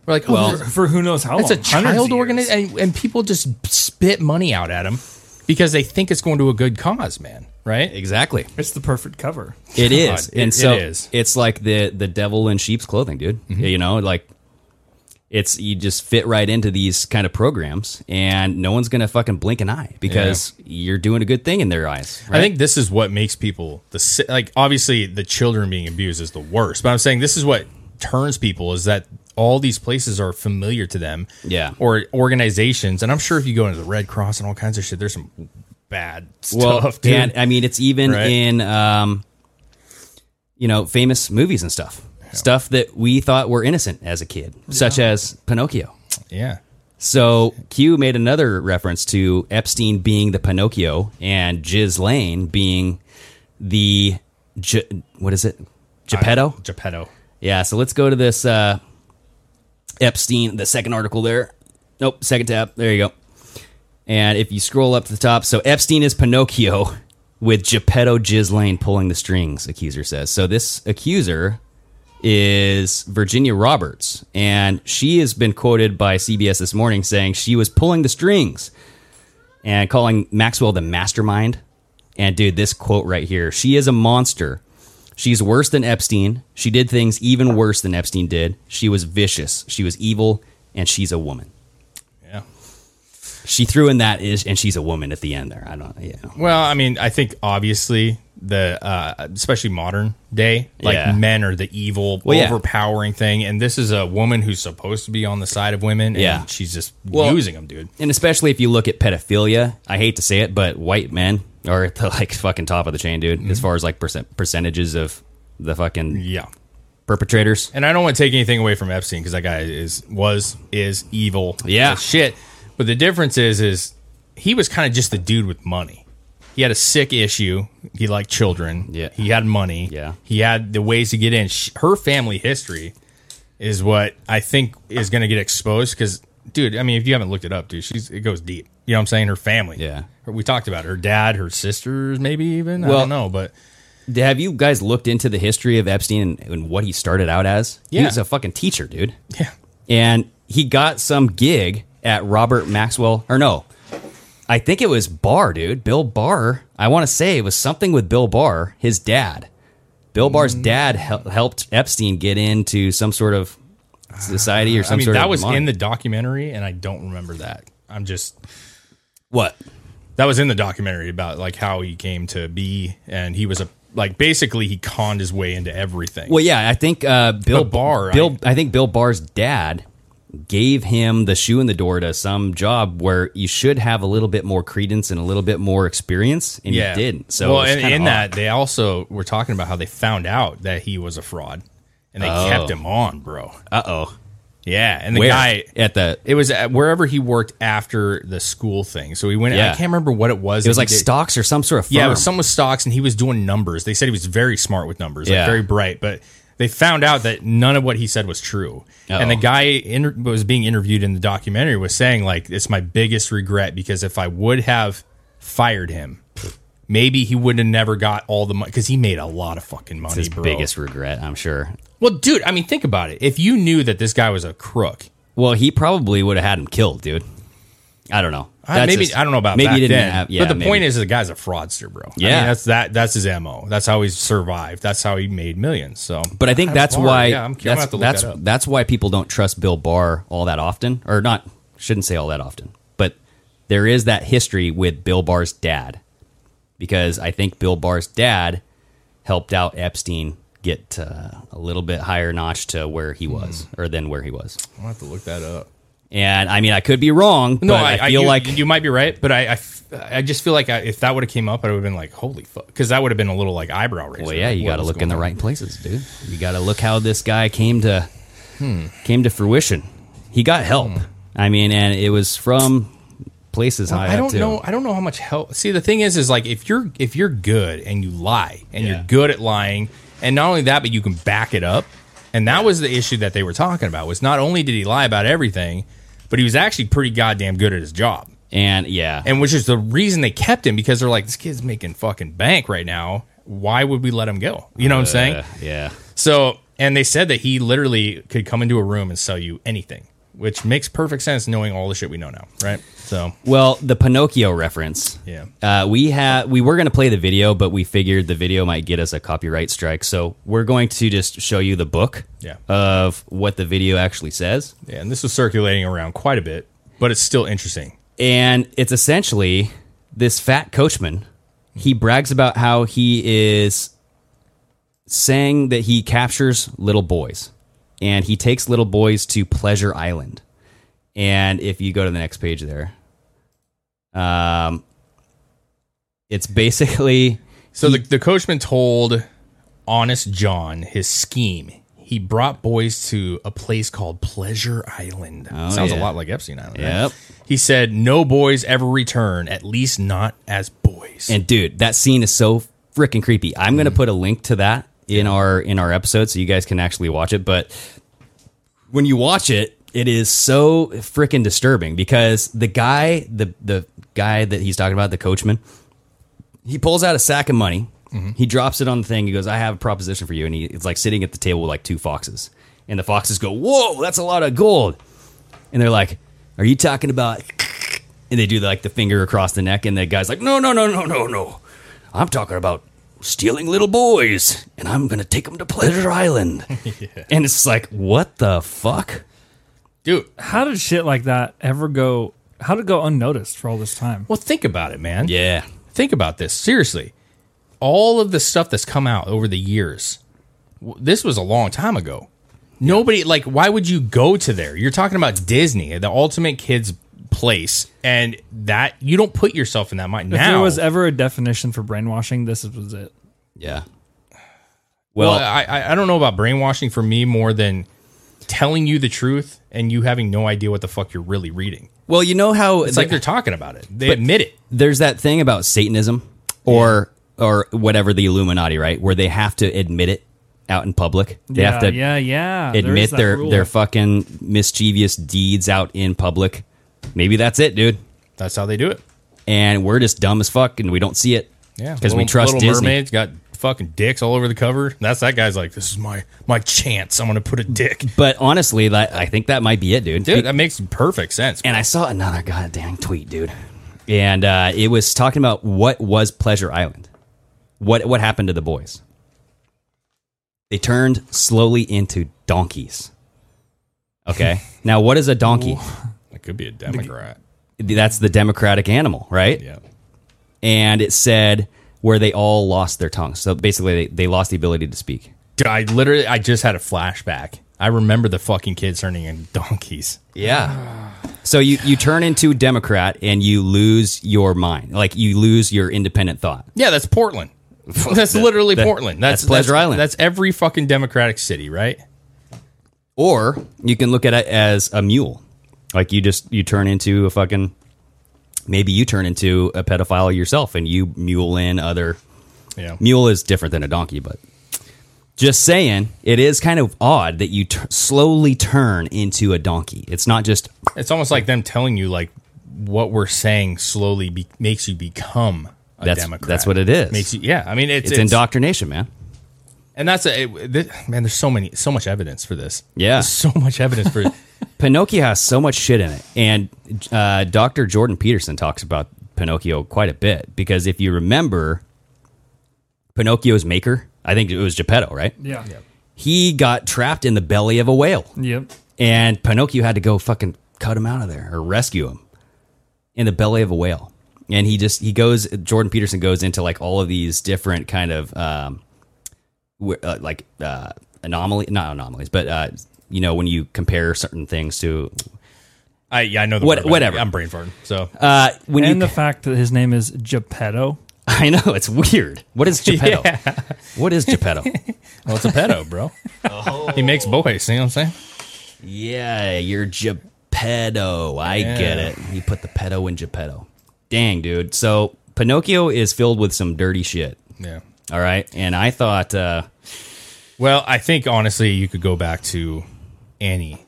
Speaker 8: We're like, oh,
Speaker 7: Well-
Speaker 8: for-
Speaker 9: For who knows how
Speaker 8: it's
Speaker 9: long?
Speaker 8: a
Speaker 9: Oh, hundreds of
Speaker 8: child
Speaker 9: years.
Speaker 8: organization, and, and people just spit money out at them because they think it's going to a good cause, man. Right?
Speaker 7: Exactly.
Speaker 9: It's the perfect cover.
Speaker 7: It is,
Speaker 8: God, it-
Speaker 7: and
Speaker 8: it
Speaker 7: so
Speaker 8: is. Mm-hmm.
Speaker 7: it's like the the devil in sheep's clothing, dude. You know, like it's you just fit right into these kind of programs, and no one's gonna fucking blink an eye because you're doing a good thing in their eyes.
Speaker 8: I think this is what makes people the si- like. Obviously, the children being abused is the worst, but I'm saying this is what turns people is that all these places are familiar to them,
Speaker 7: Yeah.
Speaker 8: or organizations. And I'm sure if you go into the Red Cross and all kinds of shit, there's some bad
Speaker 7: well,
Speaker 8: stuff, dude.
Speaker 7: and I mean, it's even
Speaker 8: Right.
Speaker 7: in um, you know, famous movies and stuff, stuff that we thought were innocent as a kid, such as Pinocchio.
Speaker 8: yeah,
Speaker 7: So Q made another reference to Epstein being the Pinocchio and Jiz Lane being the J- what is it? Geppetto.
Speaker 8: Geppetto.
Speaker 7: Yeah. So let's go to this uh, Epstein, the second article there. Nope, second tab. There you go. And if you scroll up to the top, so Epstein is Pinocchio with Geppetto Jiz Lane pulling the strings. Accuser says. So this accuser is Virginia Roberts, and she has been quoted by CBS this morning saying she was pulling the strings and calling Maxwell the mastermind. And dude, this quote right here she is a monster. She's worse than Epstein. She did things even worse than Epstein did. She was vicious, she was evil, and she's a woman.
Speaker 8: Yeah.
Speaker 7: She threw in that is, and she's a woman at the end there. I don't, yeah.
Speaker 8: Well, I mean, I think obviously the uh, especially modern day, like
Speaker 7: Yeah.
Speaker 8: men are the evil,
Speaker 7: Well, yeah.
Speaker 8: overpowering thing, and this is a woman who's supposed to be on the side of women, and
Speaker 7: Yeah.
Speaker 8: she's just
Speaker 7: Well-
Speaker 8: using them, dude.
Speaker 7: And especially if you look at pedophilia, I hate to say it, but white men are at the like fucking top of the chain, dude,
Speaker 8: Mm-hmm.
Speaker 7: as far as like percent, percentages of the fucking
Speaker 8: Yeah.
Speaker 7: perpetrators.
Speaker 8: And I don't want to take anything away from Epstein because that guy is was is evil.
Speaker 7: Yeah.
Speaker 8: as shit. But the difference is is he was kind of just the dude with money. He had a sick issue. He liked children.
Speaker 7: Yeah.
Speaker 8: He had money.
Speaker 7: Yeah.
Speaker 8: He had the ways to get in. Sh her family history is what I think is going to get exposed because, dude, I mean, if you haven't looked it up, dude, she's it goes deep. You know what I'm saying? Her family.
Speaker 7: Yeah.
Speaker 8: We talked about it. her dad, her sisters, maybe even. I
Speaker 7: Well-
Speaker 8: don't know, but
Speaker 7: Have you guys looked into the history of Epstein and, and what he started out as? He
Speaker 8: Yeah.
Speaker 7: was a fucking teacher, dude.
Speaker 8: yeah.
Speaker 7: And he got some gig at Robert Maxwell, or no, I think it was Barr, dude. Bill Barr. I want to say it was something with Bill Barr, his dad. Bill Barr's
Speaker 8: Mm-hmm.
Speaker 7: dad hel- helped Epstein get into some sort of society or some
Speaker 8: I mean,
Speaker 7: sort
Speaker 8: that
Speaker 7: of
Speaker 8: was
Speaker 7: mon-
Speaker 8: in the documentary, and I don't remember that. I'm just
Speaker 7: what?
Speaker 8: that was in the documentary about like how he came to be, and he was a like basically he conned his way into everything.
Speaker 7: Well, yeah, I think uh, Bill
Speaker 8: But Barr,
Speaker 7: Bill, I, think Bill Barr's dad gave him the shoe in the door to some job where you should have a little bit more credence and a little bit more experience, and
Speaker 8: yeah,
Speaker 7: you didn't. So
Speaker 8: well,
Speaker 7: it's
Speaker 8: and
Speaker 7: kinda
Speaker 8: in
Speaker 7: odd.
Speaker 8: that they also were talking about how they found out that he was a fraud, and they kept him on, bro.
Speaker 7: uh oh,
Speaker 8: Yeah, and the
Speaker 7: where
Speaker 8: guy
Speaker 7: at the
Speaker 8: it was at wherever he worked after the school thing. So he went.
Speaker 7: Yeah.
Speaker 8: I can't remember what it was.
Speaker 7: it was
Speaker 8: that he
Speaker 7: like
Speaker 8: did.
Speaker 7: stocks or some sort of firm.
Speaker 8: Yeah, it was some with stocks, and he was doing numbers. They said he was very smart with numbers,
Speaker 7: Yeah.
Speaker 8: like very bright, but they found out that none of what he said was true. And the
Speaker 7: Uh-oh.
Speaker 8: guy inter- was being interviewed in the documentary was saying like, "It's my biggest regret because if I would have fired him, maybe he would have never got all the money because he made a lot of fucking money,
Speaker 7: his
Speaker 8: bro."
Speaker 7: biggest regret, I'm sure.
Speaker 8: well, dude, I mean, think about it. If you knew that this guy was a crook,
Speaker 7: Well, he probably would have had him killed, dude. I don't know.
Speaker 8: I-
Speaker 7: That's
Speaker 8: Uh, maybe
Speaker 7: just-
Speaker 8: I don't know about
Speaker 7: maybe
Speaker 8: back
Speaker 7: he didn't
Speaker 8: then.
Speaker 7: have. Yeah,
Speaker 8: but the
Speaker 7: maybe.
Speaker 8: point is, the guy's a fraudster, bro. I mean,
Speaker 7: Yeah.
Speaker 8: that's that. That's his mo. That's how he's survived. That's how he made millions. So,
Speaker 7: But I think that's
Speaker 8: Barr.
Speaker 7: why
Speaker 8: Yeah, I'm, I'm gonna
Speaker 7: that's
Speaker 8: have to look
Speaker 7: that's
Speaker 8: that up.
Speaker 7: that's why people don't trust Bill Barr all that often, or not shouldn't say all that often, but there is that history with Bill Barr's dad because I think Bill Barr's dad helped out Epstein get uh, a little bit higher notch to where he was,
Speaker 8: Hmm.
Speaker 7: or than where he was.
Speaker 8: I'm gonna have to look that up.
Speaker 7: And I mean, I could be wrong,
Speaker 8: No,
Speaker 7: but I,
Speaker 8: I,
Speaker 7: feel
Speaker 8: you,
Speaker 7: like
Speaker 8: you might be right, but I, I f- I just feel like I, if that would have came up, I would have been like, holy fuck, because that would have been a little like eyebrow raiser.
Speaker 7: Well, yeah, you
Speaker 8: What
Speaker 7: got to
Speaker 8: was
Speaker 7: look
Speaker 8: going
Speaker 7: in the
Speaker 8: on?
Speaker 7: right places, dude. You got to look how this guy came to
Speaker 8: Hmm.
Speaker 7: came to fruition. He got help. I mean, and it was from places high
Speaker 8: I
Speaker 7: up,
Speaker 8: don't
Speaker 7: too.
Speaker 8: know. I don't know how much help. See, the thing is, is like if you're if you're good and you lie and
Speaker 7: Yeah.
Speaker 8: you're good at lying, and not only that, but you can back it up. And that was the issue that they were talking about was not only did he lie about everything, but he was actually pretty goddamn good at his job.
Speaker 7: And yeah,
Speaker 8: and which is the reason they kept him because they're like, this kid's making fucking bank right now. Why would we let him go? You know what I'm saying?
Speaker 7: Uh, yeah.
Speaker 8: So, and they said that he literally could come into a room and sell you anything, which makes perfect sense knowing all the shit we know now, right? So,
Speaker 7: Well, the Pinocchio reference.
Speaker 8: Yeah.
Speaker 7: Uh, we had we were going to play the video, but we figured the video might get us a copyright strike, so we're going to just show you the book
Speaker 8: Yeah.
Speaker 7: of what the video actually says.
Speaker 8: yeah, and this was circulating around quite a bit, but it's still interesting.
Speaker 7: and it's essentially this fat coachman. He brags about how he is saying that he captures little boys and he takes little boys to Pleasure Island. And if you go to the next page there, um, it's basically
Speaker 8: So the, the coachman told Honest John his scheme. He brought boys to a place called Pleasure Island. Sounds
Speaker 7: Oh, yeah.
Speaker 8: a lot like Epstein Island. right?
Speaker 7: Yep.
Speaker 8: He said, No boys ever return, at least not as boys.
Speaker 7: And dude, that scene is so freaking creepy. I'm gonna put a link to that in our in our episode so you guys can actually watch it. But when you watch it, it is so freaking disturbing because the guy, the the guy that he's talking about, the coachman, he pulls out a sack of money. He drops it on the thing. He goes, "I have a proposition for you." And he it's like sitting at the table with like two foxes, and the foxes go, "Whoa, that's a lot of gold!" And they're like, "Are you talking about and they do like the finger across the neck, and the guy's like, "No, no, no, no, no, no! I'm talking about stealing little boys, and I'm gonna take them to Pleasure Island." And it's like, what the fuck?
Speaker 8: Dude,
Speaker 9: How did shit like that ever go? How did it go unnoticed for all this time?
Speaker 8: well, think about it, man.
Speaker 7: Yeah,
Speaker 8: think about this seriously all of the stuff that's come out over the years w- this was a long time ago nobody like why would you go to there you're talking about disney the ultimate kids place and that you don't put yourself in that mind
Speaker 9: If
Speaker 8: now
Speaker 9: there was ever a definition for brainwashing, this was it.
Speaker 7: yeah. Well,
Speaker 8: well I, I i don't know about brainwashing for me more than telling you the truth and you having no idea what the fuck you're really reading
Speaker 7: well, you know how
Speaker 8: it's like they're talking about it they admit it
Speaker 7: there's that thing about Satanism or or whatever the Illuminati, right? Where they have to admit it out in public. They
Speaker 9: yeah,
Speaker 7: have to
Speaker 9: yeah, yeah. There is
Speaker 7: admit
Speaker 9: that
Speaker 7: their
Speaker 9: rule.
Speaker 7: their fucking mischievous deeds out in public. Maybe that's it, dude.
Speaker 8: that's how they do it
Speaker 7: and we're just dumb as fuck and we don't see it.
Speaker 8: Yeah,
Speaker 7: because we
Speaker 8: Little-
Speaker 7: trust
Speaker 8: Little
Speaker 7: Disney.
Speaker 8: Mermaid's got fucking dicks all over the cover. That's that guy's like, this is my my chance. I'm gonna put a dick.
Speaker 7: But honestly, that, I think that might be it, dude.
Speaker 8: Dude, that makes perfect sense.
Speaker 7: and I saw another goddamn tweet, dude, and uh, it was talking about what was Pleasure Island, what what happened to the boys. They turned slowly into donkeys. Okay, now what is a donkey?
Speaker 8: It could be a Democrat.
Speaker 7: That's the democratic animal, right?
Speaker 8: Yeah,
Speaker 7: And it said where they all lost their tongues. So basically, they, they lost the ability to speak.
Speaker 8: dude, I literally I just had a flashback. I remember the fucking kids turning into donkeys.
Speaker 7: Yeah. So you, you turn into Democrat and you lose your mind. Like you lose your independent thought.
Speaker 8: Yeah, that's Portland. That's literally
Speaker 7: that-
Speaker 8: Portland. That's,
Speaker 7: that's Pleasure Island.
Speaker 8: That's every fucking Democratic city, right?
Speaker 7: Or you can look at it as a mule. Like you just you turn into a fucking maybe you turn into a pedophile yourself and you mule in other
Speaker 8: Yeah.
Speaker 7: mule is different than a donkey, but just saying, it is kind of odd that you t- slowly turn into a donkey. It's not just
Speaker 8: It's almost like them telling you like what we're saying slowly be- makes you become a
Speaker 7: That's-
Speaker 8: Democrat.
Speaker 7: that's what it is.
Speaker 8: Makes you, yeah. I mean, it's,
Speaker 7: it's, indoctrination, man.
Speaker 8: And that's a it, th- man. There's so many, so much evidence for this.
Speaker 7: Yeah.
Speaker 8: There's so much evidence for.
Speaker 7: Pinocchio has so much shit in it, and uh, Doctor Jordan Peterson talks about Pinocchio quite a bit because if you remember, Pinocchio's maker, I think it was Geppetto, right?
Speaker 9: Yeah.
Speaker 7: He got trapped in the belly of a whale,
Speaker 9: Yep.
Speaker 7: and Pinocchio had to go fucking cut him out of there or rescue him in the belly of a whale. And he just he goes. Jordan Peterson goes into like all of these different kind of um, wh- uh, like uh, anomaly, not anomalies, but uh, you know when you compare certain things to
Speaker 8: I yeah, I know the
Speaker 7: What-
Speaker 8: word, but
Speaker 7: whatever.
Speaker 8: I'm brain farting. So
Speaker 7: Uh, when
Speaker 9: and
Speaker 7: you,
Speaker 9: the fact that his name is Geppetto.
Speaker 7: I know it's weird. What is Geppetto? What is Geppetto?
Speaker 8: well, it's a pedo, bro. He makes boys. You know what I'm saying?
Speaker 7: yeah, you're Geppetto. I
Speaker 8: Yeah.
Speaker 7: get it. You put the pedo in Geppetto. Dang, dude. So Pinocchio is filled with some dirty shit.
Speaker 8: Yeah.
Speaker 7: All right, and I thought, uh,
Speaker 8: Well, I think honestly, you could go back to Annie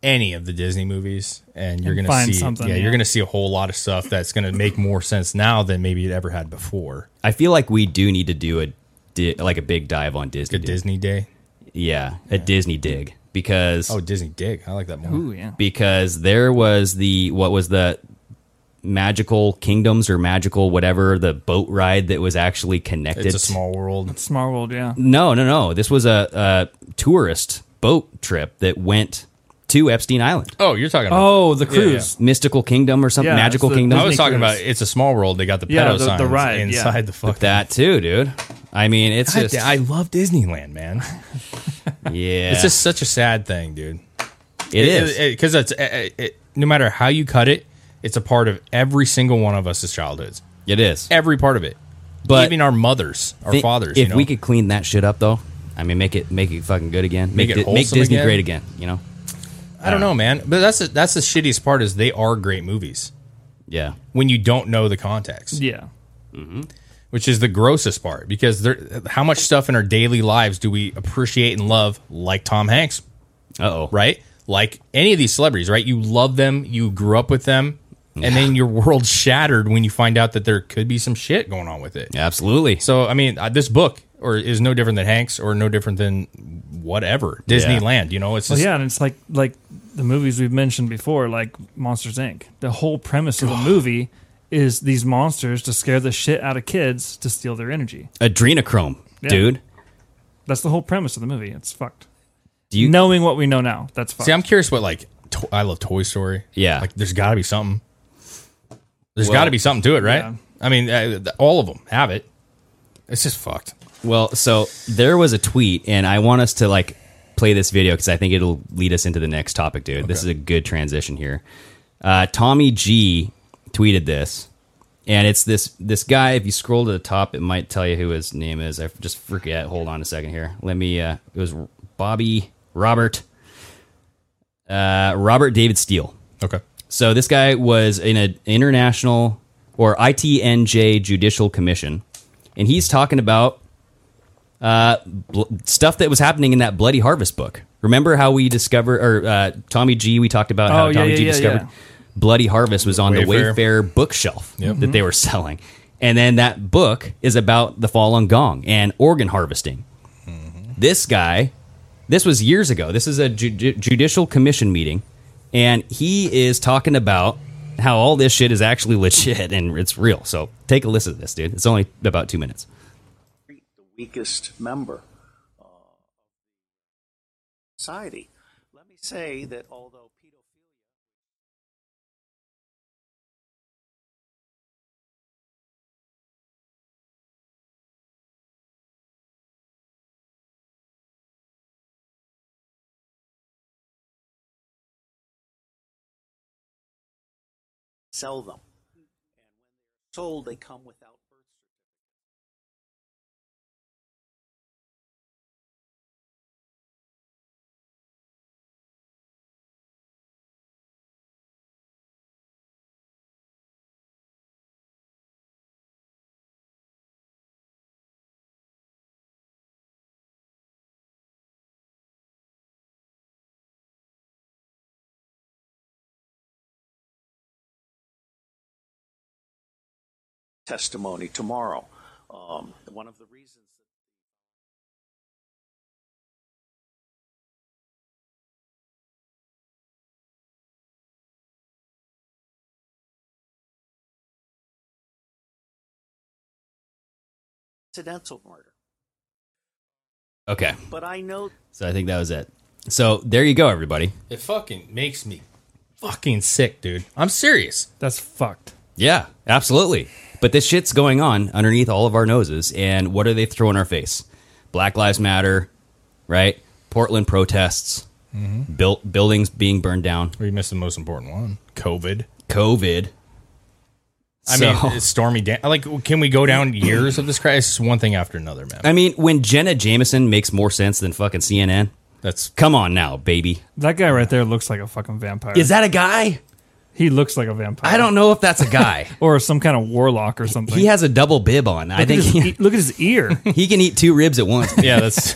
Speaker 8: any of the Disney movies, and you're
Speaker 9: And
Speaker 8: gonna
Speaker 9: find
Speaker 8: see
Speaker 9: something,
Speaker 8: yeah,
Speaker 9: yeah.
Speaker 8: you're gonna see a whole lot of stuff that's gonna make more sense now than maybe it ever had before.
Speaker 7: I feel like we do need to do a di- like a big dive on
Speaker 8: Like a
Speaker 7: Disney. dude.
Speaker 8: Disney day.
Speaker 7: Yeah, a Disney dig because
Speaker 8: Oh, Disney dig. I like that more.
Speaker 9: Ooh, yeah.
Speaker 7: because there was the what was the magical kingdoms or magical whatever the boat ride that was actually connected.
Speaker 8: It's a small world.
Speaker 9: Smart World, yeah.
Speaker 7: No, no, no. This was a, a tourist boat trip that went to Epstein Island,
Speaker 8: Oh, you're talking. About,
Speaker 9: Oh, the
Speaker 8: yeah.
Speaker 9: cruise.
Speaker 7: mystical kingdom or something,
Speaker 9: Yeah,
Speaker 7: magical
Speaker 9: it's the-
Speaker 7: kingdom.
Speaker 8: I was
Speaker 9: Disney
Speaker 8: talking
Speaker 9: Cruise.
Speaker 8: about it's a small world. They got the pedo
Speaker 9: Yeah, the- the
Speaker 8: signs
Speaker 9: ride, yeah.
Speaker 8: inside the fucking.
Speaker 7: that too, dude. I mean, it's
Speaker 8: God
Speaker 7: just
Speaker 8: damn, I love Disneyland, man.
Speaker 7: yeah,
Speaker 8: It's just such a sad thing, dude.
Speaker 7: it is.
Speaker 8: because it's it, it, no matter how you cut it, it's a part of every single one of us' childhoods.
Speaker 7: it is.
Speaker 8: Every part of it,
Speaker 7: But
Speaker 8: even our mothers, our
Speaker 7: Thi-
Speaker 8: fathers.
Speaker 7: If
Speaker 8: you know?
Speaker 7: we could clean that shit up, though, I mean, make it make it fucking good again.
Speaker 8: Make
Speaker 7: Make
Speaker 8: it
Speaker 7: Di- make
Speaker 8: wholesome
Speaker 7: Disney
Speaker 8: again?
Speaker 7: great again. You know?
Speaker 8: I don't know, man. But that's the, that's the shittiest part is they are great movies
Speaker 7: Yeah.
Speaker 8: when you don't know the context,
Speaker 9: Yeah.
Speaker 8: which is the grossest part because there, how much stuff in our daily lives do we appreciate and love like Tom Hanks,
Speaker 7: Uh oh.
Speaker 8: right? Like any of these celebrities, right? You love them, you grew up with them, and then your world's shattered when you find out that there could be some shit going on with it.
Speaker 7: Absolutely.
Speaker 8: So I mean, uh, this book or is no different than Hanks or no different than whatever Disneyland. You know, it's
Speaker 9: Well,
Speaker 8: just
Speaker 9: yeah, and it's like like the movies we've mentioned before, like Monsters Inc. The whole premise of the movie is these monsters to scare the shit out of kids to steal their energy.
Speaker 7: Adrenochrome,
Speaker 9: Yeah.
Speaker 7: dude.
Speaker 9: That's the whole premise of the movie. It's fucked.
Speaker 7: Do you
Speaker 9: Knowing what we know now, that's fucked.
Speaker 8: See, I'm curious what like to- I love Toy Story.
Speaker 7: Yeah.
Speaker 8: like there's got to be something. There's
Speaker 7: Well,
Speaker 8: got to be something to it, right?
Speaker 9: yeah.
Speaker 8: I mean, uh, th- all of them have it. It's just fucked.
Speaker 7: Well, so there was a tweet, and I want us to like play this video because I think it'll lead us into the next topic, dude. This is a good transition here. Uh, Tommy G tweeted this, and it's this this guy. If you scroll to the top, it might tell you who his name is. I just forget. Hold on a second here. Let me. Uh, it was Bobby Robert. Uh, Robert David Steele.
Speaker 8: Okay.
Speaker 7: So this guy was in an international or ITNJ judicial commission, and he's talking about uh, bl- stuff that was happening in that Bloody Harvest book. Remember how we discovered, or uh, Tommy G, we talked about how
Speaker 9: Oh, yeah,
Speaker 7: Tommy
Speaker 9: yeah,
Speaker 7: G
Speaker 9: yeah,
Speaker 7: discovered
Speaker 9: yeah.
Speaker 7: Bloody Harvest was on
Speaker 8: Wayfair.
Speaker 7: the Wayfair bookshelf that they were selling. And then that book is about the Falun Gong and organ harvesting. This guy this was years ago. This is a ju- ju- judicial commission meeting, and he is talking about how all this shit is actually legit and it's real. So take a listen to this, dude. It's only about two minutes.
Speaker 1: the weakest member uh, of society. Let me say that although pedophilia. Sell them. And when they're sold, they come without birth certificates. testimony tomorrow. Um, one of the reasons. Incidental murder.
Speaker 7: Okay,
Speaker 1: But I know
Speaker 7: so I think that was it. So there you go, everybody.
Speaker 8: It fucking makes me fucking sick, dude. I'm serious.
Speaker 9: that's fucked.
Speaker 7: Yeah, absolutely. But this shit's going on underneath all of our noses, and what are they throwing our face? Black Lives Matter, right? Portland protests,
Speaker 9: Mm-hmm.
Speaker 7: built buildings being burned down,
Speaker 8: We missed the most important one. COVID.
Speaker 7: COVID.
Speaker 8: I
Speaker 7: So-
Speaker 8: mean, it's stormy down. Like, can we go down years of this crisis? One thing after another, man.
Speaker 7: I mean, when Jenna Jameson makes more sense than fucking CNN,
Speaker 8: That's
Speaker 7: come on now, baby.
Speaker 9: That guy right there looks like a fucking vampire.
Speaker 7: Is that a guy?
Speaker 9: He looks like a vampire.
Speaker 7: I don't know if that's a guy.
Speaker 9: Or some kind of warlock or something.
Speaker 7: he has a double bib on. I
Speaker 9: Look at
Speaker 7: think
Speaker 9: his
Speaker 7: he,
Speaker 9: e- look at his ear.
Speaker 7: he can eat two ribs at once.
Speaker 8: Yeah, that's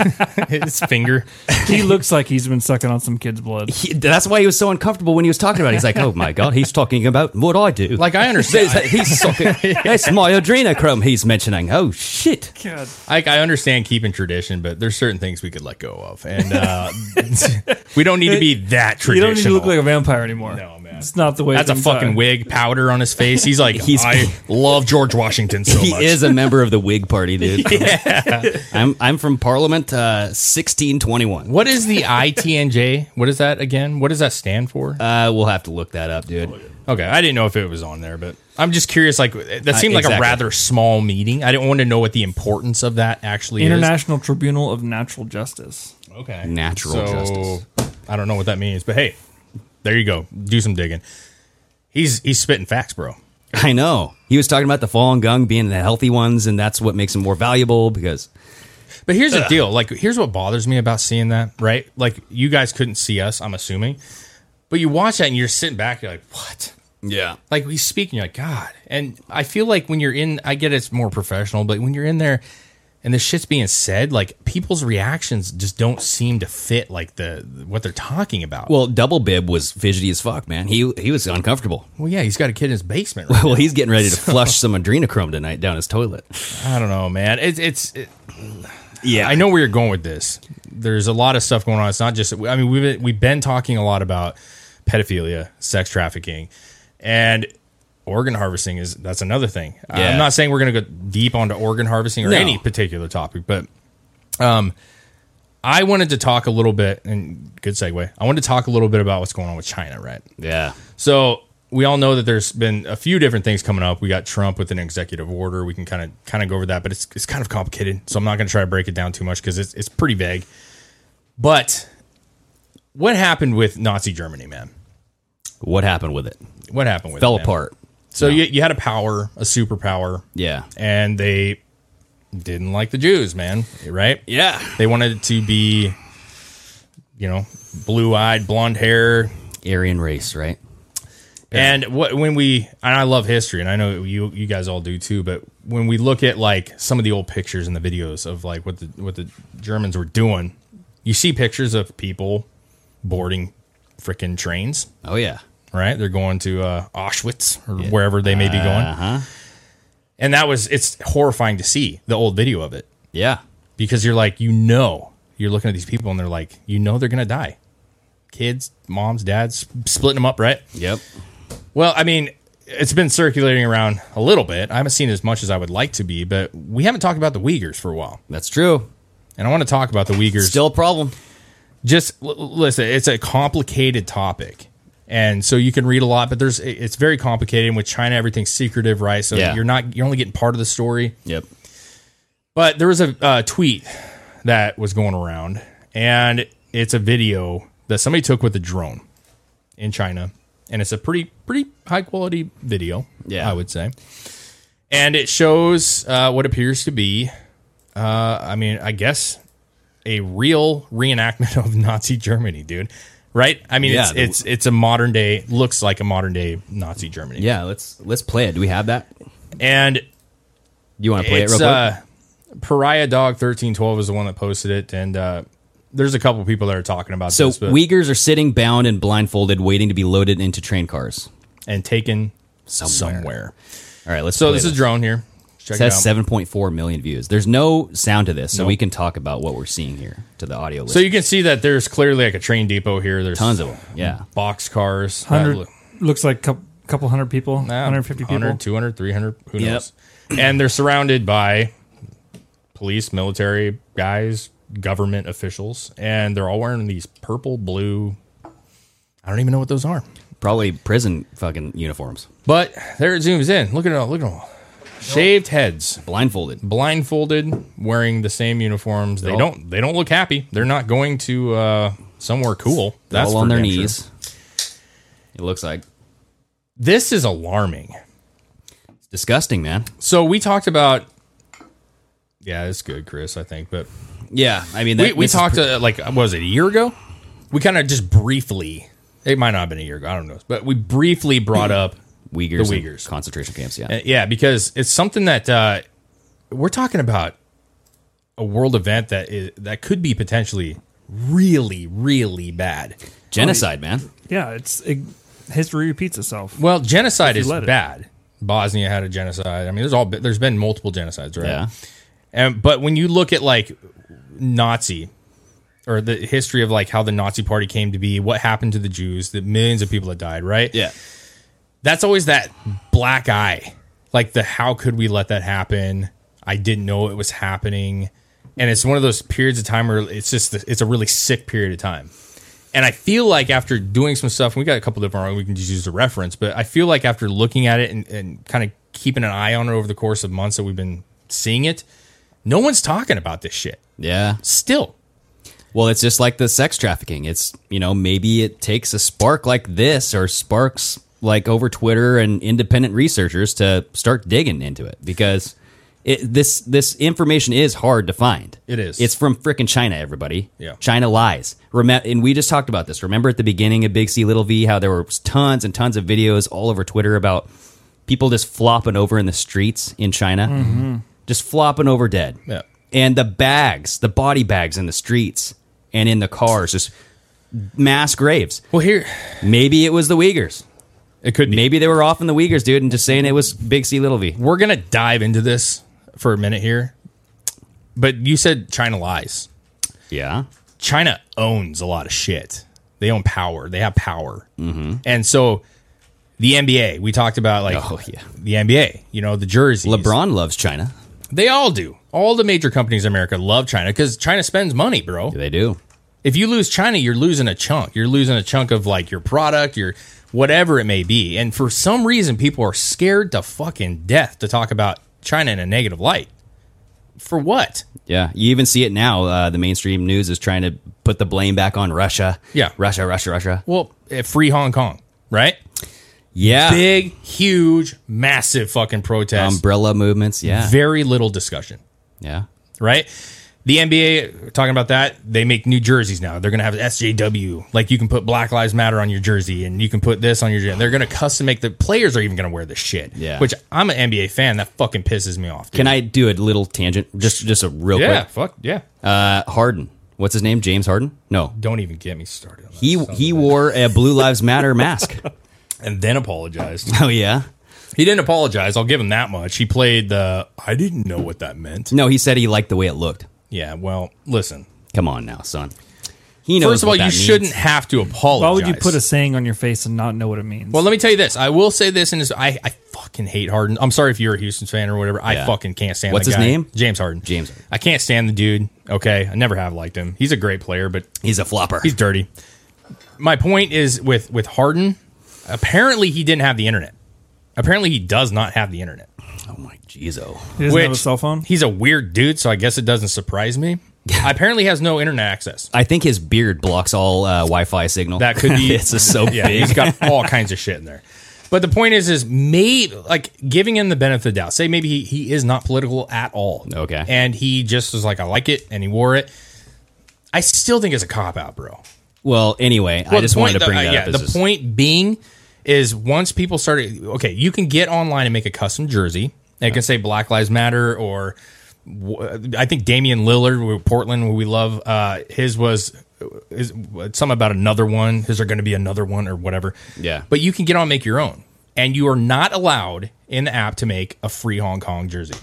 Speaker 8: his finger.
Speaker 9: he looks like he's been sucking on some kid's blood.
Speaker 7: He- that's why he was so uncomfortable when he was talking about it. He's like, "Oh my god, he's talking about what I do."
Speaker 8: Like, I understand.
Speaker 7: That's- he's talking. That's my adrenochrome he's mentioning. Oh shit!
Speaker 9: God.
Speaker 8: Like I understand keeping tradition, but there's certain things we could let go of, and uh, we don't need to be that
Speaker 9: You
Speaker 8: traditional.
Speaker 9: don't need to look like a vampire anymore.
Speaker 8: No, man.
Speaker 9: It's not the way
Speaker 8: That's a
Speaker 9: things
Speaker 8: fucking
Speaker 9: are.
Speaker 8: wig, powder on his face. He's like,
Speaker 7: He's-
Speaker 8: I love George Washington so
Speaker 7: he
Speaker 8: much.
Speaker 7: is a member of the Whig Party, dude. I'm I'm from Parliament, uh, sixteen twenty one.
Speaker 8: What is the ITNJ? What is that again? What does that stand for?
Speaker 7: Uh, we'll have to look that up, dude.
Speaker 8: okay, I didn't know if it was on there, but I'm just curious. Like that seemed like
Speaker 7: exactly.
Speaker 8: a rather small meeting. I didn't want to know what the importance of that actually
Speaker 9: International Tribunal of Natural Justice.
Speaker 8: is. Okay,
Speaker 7: Natural justice.
Speaker 8: I don't know what that means, but hey, there you go. Do some digging. He's he's spitting facts, bro.
Speaker 7: I know. He was talking about the fallen gung being the healthy ones, and that's what makes them more valuable because
Speaker 8: But here's the deal. Like, here's what bothers me about seeing that, right? Like, you guys couldn't see us, I'm assuming. But you watch that and you're sitting back, you're like, what?
Speaker 7: yeah,
Speaker 8: Like, we speak and you're like, God. And I feel like when you're in, I get it's more professional, but when you're in there and this shit's being said, like, people's reactions just don't seem to fit, like, the what they're talking about.
Speaker 7: Well, Double Bib was fidgety as fuck, man. He he was uncomfortable.
Speaker 8: Well, yeah, he's got a kid in his basement. Right
Speaker 7: Well,
Speaker 8: now.
Speaker 7: he's getting ready to flush some adrenochrome tonight down his toilet.
Speaker 8: I don't know, man. It's, it's, it,
Speaker 7: Yeah,
Speaker 8: I know where you're going with this. There's a lot of stuff going on. It's not just. I mean, we've been, we've been talking a lot about pedophilia, sex trafficking, and organ harvesting is that's another thing.
Speaker 7: Yeah.
Speaker 8: I'm not saying we're going to go deep onto organ harvesting or
Speaker 7: No.
Speaker 8: any particular topic, but um, I wanted to talk a little bit and good segue. I wanted to talk a little bit about what's going on with China, right?
Speaker 7: Yeah,
Speaker 8: So we all know that there's been a few different things coming up. We got Trump with an executive order. We can kind of kind of go over that, but it's it's kind of complicated. So I'm not going to try to break it down too much because it's it's pretty vague. But what happened with Nazi Germany, man?
Speaker 7: what happened with it?
Speaker 8: What happened with
Speaker 7: Fell
Speaker 8: it, man?
Speaker 7: apart.
Speaker 8: So you, you had a power, a superpower,
Speaker 7: Yeah,
Speaker 8: and they didn't like the Jews, man. Right?
Speaker 7: yeah,
Speaker 8: They wanted it to be, you know, blue-eyed, blonde hair,
Speaker 7: Aryan race, right?
Speaker 8: And what when we and I love history, and I know you you guys all do too. But when we look at like some of the old pictures and the videos of like what the what the Germans were doing, you see pictures of people boarding freaking trains.
Speaker 7: Oh yeah,
Speaker 8: Right, they're going to uh, Auschwitz or wherever they may be going. And that was it's horrifying to see the old video of it
Speaker 7: yeah,
Speaker 8: because you're like you know you're looking at these people and they're like you know they're gonna die. Kids, moms, dads, splitting them up, right?
Speaker 7: yep.
Speaker 8: Well, I mean, it's been circulating around a little bit. I haven't seen as much as I would like to be, but we haven't talked about the Uyghurs for a while.
Speaker 7: That's true.
Speaker 8: And I want to talk about the Uyghurs.
Speaker 7: Still a problem.
Speaker 8: just l- l- listen, it's a complicated topic. And so you can read a lot, but there's it- it's very complicated and with China everything's secretive, right? So
Speaker 7: Yeah.
Speaker 8: you're not you're only getting part of the story.
Speaker 7: Yep.
Speaker 8: But there was a uh, tweet that was going around, and it's a video that somebody took with a drone in China, and it's a pretty pretty high quality video,
Speaker 7: Yeah.
Speaker 8: I would say. And it shows uh, what appears to be, uh, I mean, I guess a real reenactment of Nazi Germany, dude. Right? I mean,
Speaker 7: Yeah,
Speaker 8: it's
Speaker 7: the-
Speaker 8: it's it's a modern day looks like a modern day Nazi Germany,
Speaker 7: Yeah, let's let's play it. Do we have that?
Speaker 8: and
Speaker 7: You want to play
Speaker 8: it's,
Speaker 7: it real quick?
Speaker 8: Uh, Pariah Dog thirteen twelve is the one that posted it, and uh, there's a couple people that are talking about
Speaker 7: so
Speaker 8: this, but-
Speaker 7: Uyghurs are sitting bound and blindfolded, waiting to be loaded into train cars.
Speaker 8: and taken
Speaker 7: Somewhere.
Speaker 8: somewhere.
Speaker 7: All right, let's.
Speaker 8: So
Speaker 7: play
Speaker 8: this is drone here. Check
Speaker 7: It
Speaker 8: it out.
Speaker 7: has 7.4 million views. There's no sound to this, so
Speaker 8: Nope.
Speaker 7: we can talk about what we're seeing here to the audio
Speaker 8: So
Speaker 7: listeners.
Speaker 8: you can see that there's clearly like a train depot here. There's
Speaker 7: Tons of them. Yeah.
Speaker 8: box cars.
Speaker 9: Hundred looks like a couple, couple hundred people, 150 people.
Speaker 8: 100, 200, 300, who
Speaker 7: Yep.
Speaker 8: knows? And they're surrounded by police, military guys, government officials, and they're all wearing these purple, blue. I don't even know what those are.
Speaker 7: Probably prison fucking uniforms.
Speaker 8: But there it zooms in. Look at it all. Look at it all. Shaved heads,
Speaker 7: Blindfolded.
Speaker 8: blindfolded, wearing the same uniforms. They
Speaker 7: all-
Speaker 8: don't. They don't look happy. They're not going to uh, somewhere cool.
Speaker 7: That's
Speaker 8: That's
Speaker 7: all on
Speaker 8: for
Speaker 7: their
Speaker 8: damn sure.
Speaker 7: knees. It looks like
Speaker 8: This is alarming.
Speaker 7: it's disgusting, man.
Speaker 8: So we talked about. Yeah, it's good, Chris. I think, but
Speaker 7: Yeah, I mean,
Speaker 8: we,
Speaker 7: that-
Speaker 8: we
Speaker 7: this is
Speaker 8: talked
Speaker 7: pre-
Speaker 8: uh, like what was it a year ago? We kind of just briefly It might not have been a year ago. I don't know. But we briefly brought up
Speaker 7: Uyghurs,
Speaker 8: The
Speaker 7: and
Speaker 8: Uyghurs.
Speaker 7: concentration camps. Yeah,
Speaker 8: Uh, Yeah, because it's something that uh, we're talking about a world event that is that could be potentially really, really bad.
Speaker 7: genocide, man.
Speaker 9: Yeah, it's it, history repeats itself.
Speaker 8: Well, genocide
Speaker 9: If
Speaker 8: is
Speaker 9: you let it.
Speaker 8: bad. Bosnia had a genocide. I mean, there's all there's been multiple genocides, right?
Speaker 7: Yeah.
Speaker 8: And but when you look at like Nazi or the history of like how the Nazi party came to be, what happened to the Jews, the millions of people that died, right?
Speaker 7: Yeah.
Speaker 8: that's always that black eye like the how could we let that happen i didn't know it was happening and it's one of those periods of time where it's just it's a really sick period of time and i feel like after doing some stuff we got a couple different we can just use the reference but i feel like after looking at it and, and kind of keeping an eye on it over the course of months that we've been seeing it no one's talking about this shit
Speaker 7: Yeah.
Speaker 8: still
Speaker 7: Well, it's just like the sex trafficking. It's, you know, maybe it takes a spark like this or sparks like over Twitter and independent researchers to start digging into it because it, this this information is hard to find.
Speaker 8: It is.
Speaker 7: It's from frickin' China, everybody.
Speaker 8: Yeah.
Speaker 7: China lies. Remember, and we just talked about this. Remember at the beginning of Big C Little V how there were tons and tons of videos all over Twitter about people just flopping over in the streets in China, just flopping over dead.
Speaker 8: Mm-hmm. Yeah.
Speaker 7: And the bags, the body bags in the streets and in the cars, just mass graves.
Speaker 8: well here
Speaker 7: Maybe it was the Uyghurs.
Speaker 8: it could be
Speaker 7: Maybe they were off in the Uyghurs, dude, and just saying it was Big C Little V.
Speaker 8: we're gonna dive into this for a minute here but you said china lies
Speaker 7: Yeah.
Speaker 8: China owns a lot of shit. They own power. They have power. Mm-hmm. And so the NBA, we talked about like
Speaker 7: Oh, yeah.
Speaker 8: the NBA, you know, the jerseys.
Speaker 7: LeBron loves China.
Speaker 8: They all do. All the major companies in America love China because China spends money, bro.
Speaker 7: They do.
Speaker 8: If you lose China, you're losing a chunk. You're losing a chunk of like your product, your whatever it may be. And for some reason, people are scared to fucking death to talk about China in a negative light. For what?
Speaker 7: Yeah, you even see it now. Uh, the mainstream news is trying to put the blame back on Russia.
Speaker 8: Yeah.
Speaker 7: Russia, Russia, Russia.
Speaker 8: Well, eh, free Hong Kong, right?
Speaker 7: Yeah,
Speaker 8: big, huge, massive fucking protest.
Speaker 7: umbrella movements. Yeah,
Speaker 8: Very little discussion,
Speaker 7: yeah,
Speaker 8: right? The NBA talking about that, they make new jerseys now. They're gonna have SJW. Like you can put Black Lives Matter on your jersey, and you can put this on your. jersey. They're gonna custom make the players are even gonna wear this shit.
Speaker 7: Yeah.
Speaker 8: Which I'm an NBA fan. That fucking pisses me off. dude.
Speaker 7: Can I do a little tangent? Just, just a real
Speaker 8: Yeah.
Speaker 7: quick.
Speaker 8: Fuck yeah.
Speaker 7: Uh, Harden. What's his name? James Harden. No,
Speaker 8: Don't even get me started. On that
Speaker 7: he
Speaker 8: son of
Speaker 7: he
Speaker 8: a-
Speaker 7: wore a Blue Lives Matter mask.
Speaker 8: and then apologized.
Speaker 7: oh yeah.
Speaker 8: he didn't apologize. I'll give him that much. He played the. I didn't know what that meant.
Speaker 7: No, he said he liked the way it looked.
Speaker 8: Yeah. Well, listen.
Speaker 7: Come on now, son. He knows.
Speaker 8: First of all,
Speaker 7: what
Speaker 8: you
Speaker 7: that means.
Speaker 8: shouldn't have to apologize.
Speaker 9: Why would you put a saying on your face and not know what it means?
Speaker 8: Well, let me tell you this. I will say this, and this, I, I fucking hate Harden. I'm sorry if you're a Houston fan or whatever. I
Speaker 7: Yeah.
Speaker 8: fucking can't stand.
Speaker 7: What's
Speaker 8: the
Speaker 7: his
Speaker 8: guy.
Speaker 7: name?
Speaker 8: James Harden.
Speaker 7: James Harden.
Speaker 8: I can't stand the dude. Okay, I never have liked him. He's a great player, but
Speaker 7: He's a flopper.
Speaker 8: he's dirty. My point is with with Harden. Apparently, he didn't have the internet. Apparently, he does not have the internet.
Speaker 7: oh my jeezo.
Speaker 9: he doesn't have a
Speaker 8: which-
Speaker 9: cell phone.
Speaker 8: He's a weird dude, so I guess it doesn't surprise me. Apparently, he has no internet access.
Speaker 7: I think his beard blocks all uh, Wi-Fi signal.
Speaker 8: That could be-
Speaker 7: it's just so
Speaker 8: Yeah,
Speaker 7: big.
Speaker 8: he's got all kinds of shit in there. But the point is, is maybe like giving him the benefit of the doubt. Say maybe he, he is not political at all.
Speaker 7: Okay.
Speaker 8: and he just was like, I like it, and he wore it. I still think it's a cop out, bro.
Speaker 7: Well, anyway, I
Speaker 8: Well,
Speaker 7: just
Speaker 8: the
Speaker 7: wanted to
Speaker 8: point-
Speaker 7: bring
Speaker 8: uh,
Speaker 7: that
Speaker 8: yeah,
Speaker 7: up. as
Speaker 8: the
Speaker 7: just-
Speaker 8: point being is once people started, okay, you can get online and make a custom jersey. And It can say Black Lives Matter or wh- I think Damian Lillard, with Portland, who we love, uh, his was is some about another one. His are going to be another one or whatever.
Speaker 7: Yeah.
Speaker 8: but you can get on and make your own, and you are not allowed in the app to make a free Hong Kong jersey.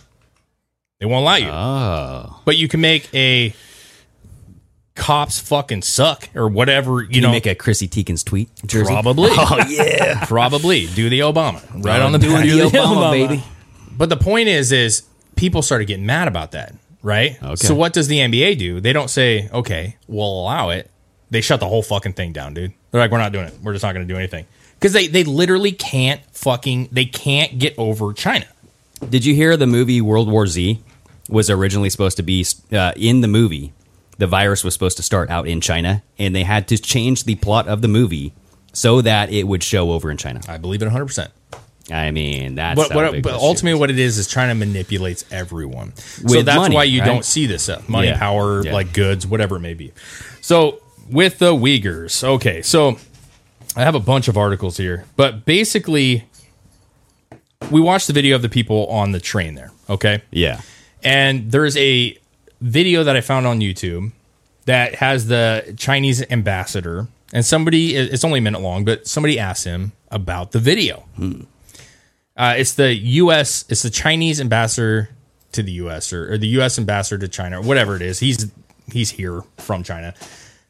Speaker 8: They won't allow you.
Speaker 7: Oh,
Speaker 8: But you can make a cops fucking suck or whatever. You
Speaker 7: you
Speaker 8: know,
Speaker 7: make a Chrissy Teigens tweet jersey.
Speaker 8: Probably.
Speaker 7: Oh yeah,
Speaker 8: Probably do the Obama right on the
Speaker 7: doing
Speaker 8: back.
Speaker 7: the Obama,
Speaker 9: Obama.
Speaker 7: baby.
Speaker 8: But the point is, is people started getting mad about that, right?
Speaker 7: Okay.
Speaker 8: So what does the NBA do? They don't say, okay, we'll allow it. They shut the whole fucking thing down, dude. They're like, we're not doing it. We're just not going to do anything because they they literally can't fucking they can't get over China.
Speaker 7: Did you hear the movie World War Z was originally supposed to be uh, in the movie? The virus was supposed to start out in China, and they had to change the plot of the movie so that it would show over in China.
Speaker 8: I believe it 100. percent
Speaker 7: I mean, that's
Speaker 8: But,
Speaker 7: how
Speaker 8: what,
Speaker 7: big
Speaker 8: but
Speaker 7: this
Speaker 8: ultimately,
Speaker 7: shit
Speaker 8: what it is is China manipulates everyone. so
Speaker 7: With
Speaker 8: that's
Speaker 7: money,
Speaker 8: why you
Speaker 7: right?
Speaker 8: don't see this stuff money,
Speaker 7: Yeah.
Speaker 8: power,
Speaker 7: Yeah.
Speaker 8: like goods, whatever it may be. So with the Uyghurs, okay, so I have a bunch of articles here, but basically, we watched the video of the people on the train there. Okay.
Speaker 7: Yeah.
Speaker 8: And there's a video that I found on YouTube that has the Chinese ambassador, and somebody, it's only a minute long, but somebody asked him about the video. Uh, it's the U.S., it's the Chinese ambassador to the U.S. or, or the U.S. ambassador to China, or whatever it is. He's he's here from China.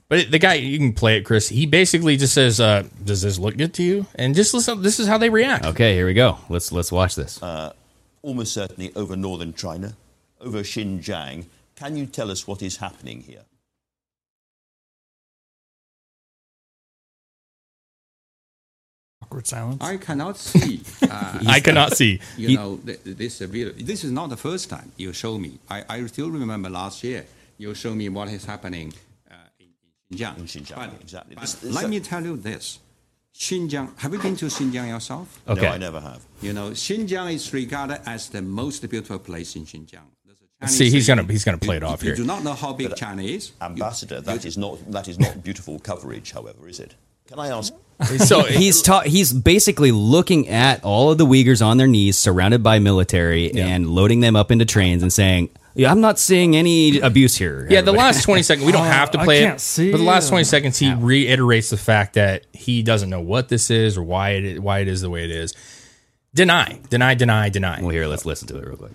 Speaker 8: But it- the guy, you can play it, Chris. He basically just says, uh, "Does this look good to you?" And just listen. This is how they react.
Speaker 7: Okay, here we go. Let's let's watch this.
Speaker 10: almost certainly over northern China, over Xinjiang. Can you tell us what is happening here?
Speaker 9: Awkward silence.
Speaker 11: I cannot see. uh,
Speaker 8: I cannot see.
Speaker 11: You know th- this video. This is not the first time you show me. I, I still remember last year you show me what is happening uh, in Xinjiang.
Speaker 10: In Xinjiang,
Speaker 11: But-
Speaker 10: exactly.
Speaker 11: but
Speaker 10: This- this-
Speaker 11: let me tell you this: Xinjiang. Have you been to Xinjiang yourself?
Speaker 7: Okay.
Speaker 10: No, I never have.
Speaker 11: You know, Xinjiang is regarded as the most beautiful place in Xinjiang. There's a Chinese
Speaker 8: See, he's
Speaker 11: saying,
Speaker 8: gonna he's gonna play it
Speaker 11: you-
Speaker 8: off
Speaker 11: you
Speaker 8: here.
Speaker 11: do not know how big China is.
Speaker 10: uh, Ambassador, that is not that is not beautiful coverage, however, is it? Can I ask?
Speaker 8: So
Speaker 7: he's ta- he's basically looking at all of the Uyghurs on their knees, surrounded by military, and loading them up into trains and saying, "Yeah, I'm not seeing any abuse here."
Speaker 8: Yeah, the
Speaker 7: everybody."
Speaker 8: last 20 seconds, we don't
Speaker 9: Oh,
Speaker 8: have to
Speaker 9: I
Speaker 8: play
Speaker 9: can't
Speaker 8: it.
Speaker 9: see
Speaker 8: But the last 20
Speaker 9: him.
Speaker 8: seconds, he reiterates the fact that he doesn't know what this is or why it is, why it is the way it is. Deny, deny, deny, deny.
Speaker 7: Well, here, let's listen to it real quick.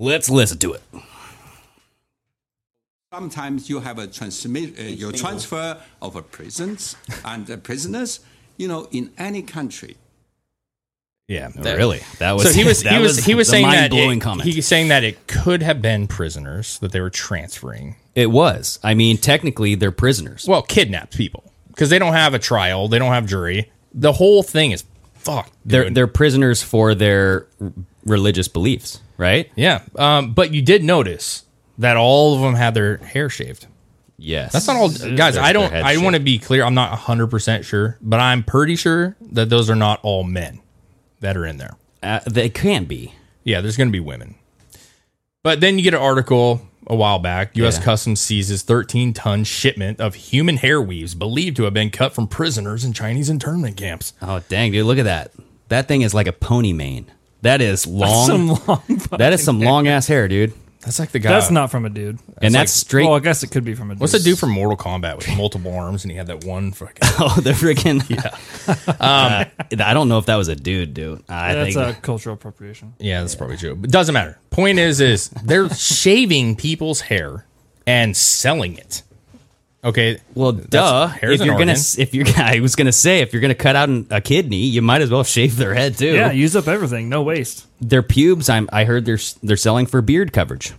Speaker 7: Let's listen to it.
Speaker 11: sometimes you have a transmit, uh, your transfer of a prisons and uh, prisoners. You know, in any country,
Speaker 8: yeah,
Speaker 7: really, that was
Speaker 8: so he was
Speaker 7: that
Speaker 8: he was, he was
Speaker 7: the
Speaker 8: saying that
Speaker 7: mind-blowing
Speaker 8: it,
Speaker 7: comment.
Speaker 8: he was saying that it could have been prisoners that they were transferring.
Speaker 7: it was. I mean, technically, they're prisoners.
Speaker 8: Well, kidnapped people because they don't have a trial, they don't have jury. The whole thing is fucked.
Speaker 7: They're
Speaker 8: dude.
Speaker 7: they're prisoners for their r- religious beliefs, right?
Speaker 8: yeah. Um, but you did notice that all of them had their hair shaved.
Speaker 7: Yes.
Speaker 8: That's not all, guys. I don't.
Speaker 7: their head
Speaker 8: I
Speaker 7: shape.
Speaker 8: want to be clear. I'm not 100 percent sure, but I'm pretty sure that those are not all men that are in there.
Speaker 7: Uh, they can be.
Speaker 8: Yeah, there's going to be women. But then you get an article a while back. U.S. Customs seizes 13 ton shipment of human hair weaves believed to have been cut from prisoners in Chinese internment camps.
Speaker 7: Oh dang, dude! Look at that. That thing is like a pony mane. That is long.
Speaker 9: Some long.
Speaker 7: that is some long ass hair, dude.
Speaker 8: That's like the guy.
Speaker 9: That's not from a dude.
Speaker 7: and that's
Speaker 8: like-
Speaker 7: straight.
Speaker 9: Well, I guess it could be from a dude.
Speaker 8: What's the dude from Mortal Kombat with multiple arms and he had that one fucking.
Speaker 7: oh, the freaking. Yeah. I don't know if that was a dude, dude. I
Speaker 9: That's
Speaker 7: think.
Speaker 9: a cultural appropriation.
Speaker 8: Yeah, that's probably true. But doesn't matter. Point is, is they're shaving people's hair and selling it. Okay.
Speaker 7: well, duh.
Speaker 8: hair's
Speaker 7: If
Speaker 8: an
Speaker 7: you're gonna,
Speaker 8: organ.
Speaker 7: if you're, I was gonna say, if you're gonna cut out an, a kidney, you might as well shave their head too.
Speaker 9: Yeah, use up everything. No waste.
Speaker 7: their pubes. I'm. I heard they're s- they're selling for beard coverage.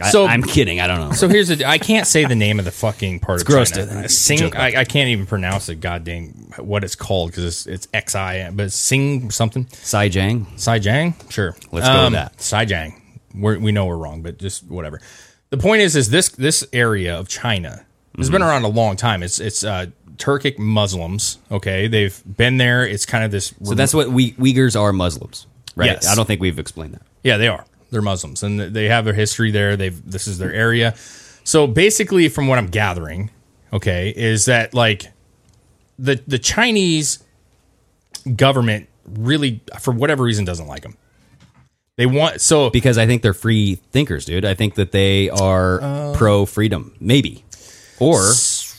Speaker 7: I,
Speaker 8: So-
Speaker 7: I'm kidding. I don't know.
Speaker 8: So here's the. I can't say the name of the fucking part of
Speaker 7: gross,
Speaker 8: China.
Speaker 7: dude.
Speaker 8: Uh,
Speaker 7: It's a
Speaker 8: Sing.
Speaker 7: joke.
Speaker 8: I, I can't even pronounce it. Goddamn, what it's called because it's, it's XI, but it's Sing something.
Speaker 7: Sai Jang.
Speaker 8: Saijiang. Sure.
Speaker 7: Let's go with that.
Speaker 8: Saijiang. We're, we know we're wrong, but just whatever. The point is, is this this area of China has
Speaker 7: Mm-hmm.
Speaker 8: been around a long time. It's it's uh, Turkic Muslims. Okay, they've been there. It's kind of this.
Speaker 7: So that's what we Uyghurs are Muslims, right?
Speaker 8: Yes.
Speaker 7: I don't think we've explained that.
Speaker 8: Yeah, they are. They're Muslims, and they have their history there. They've this is their area. So basically, from what I'm gathering, okay, is that like the the Chinese government really, for whatever reason, doesn't like them. They want so
Speaker 7: because I think they're free thinkers, dude. I think that they are
Speaker 8: Uh,
Speaker 7: pro freedom, maybe, or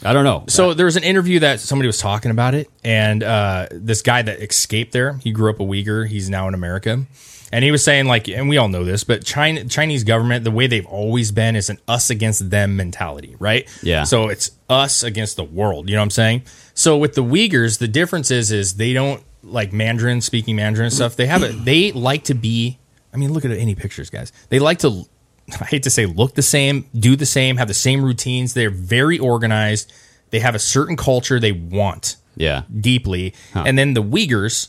Speaker 7: I don't know.
Speaker 8: So there was an interview that somebody was talking about it, and uh, this guy that escaped there, he grew up a Uyghur, he's now in America, and he was saying like, and we all know this, but China Chinese government, the way they've always been is an us against them mentality, right?
Speaker 7: Yeah.
Speaker 8: So it's us against the world. You know what I'm saying? So with the Uyghurs, the difference is is they don't like Mandarin speaking Mandarin and stuff. They have it. They like to be. I mean, look at any pictures, guys. They like to. I hate to say look the same, do the same, have the same routines. They're very organized. They have a certain culture they want
Speaker 7: yeah,
Speaker 8: deeply. And then the Uyghurs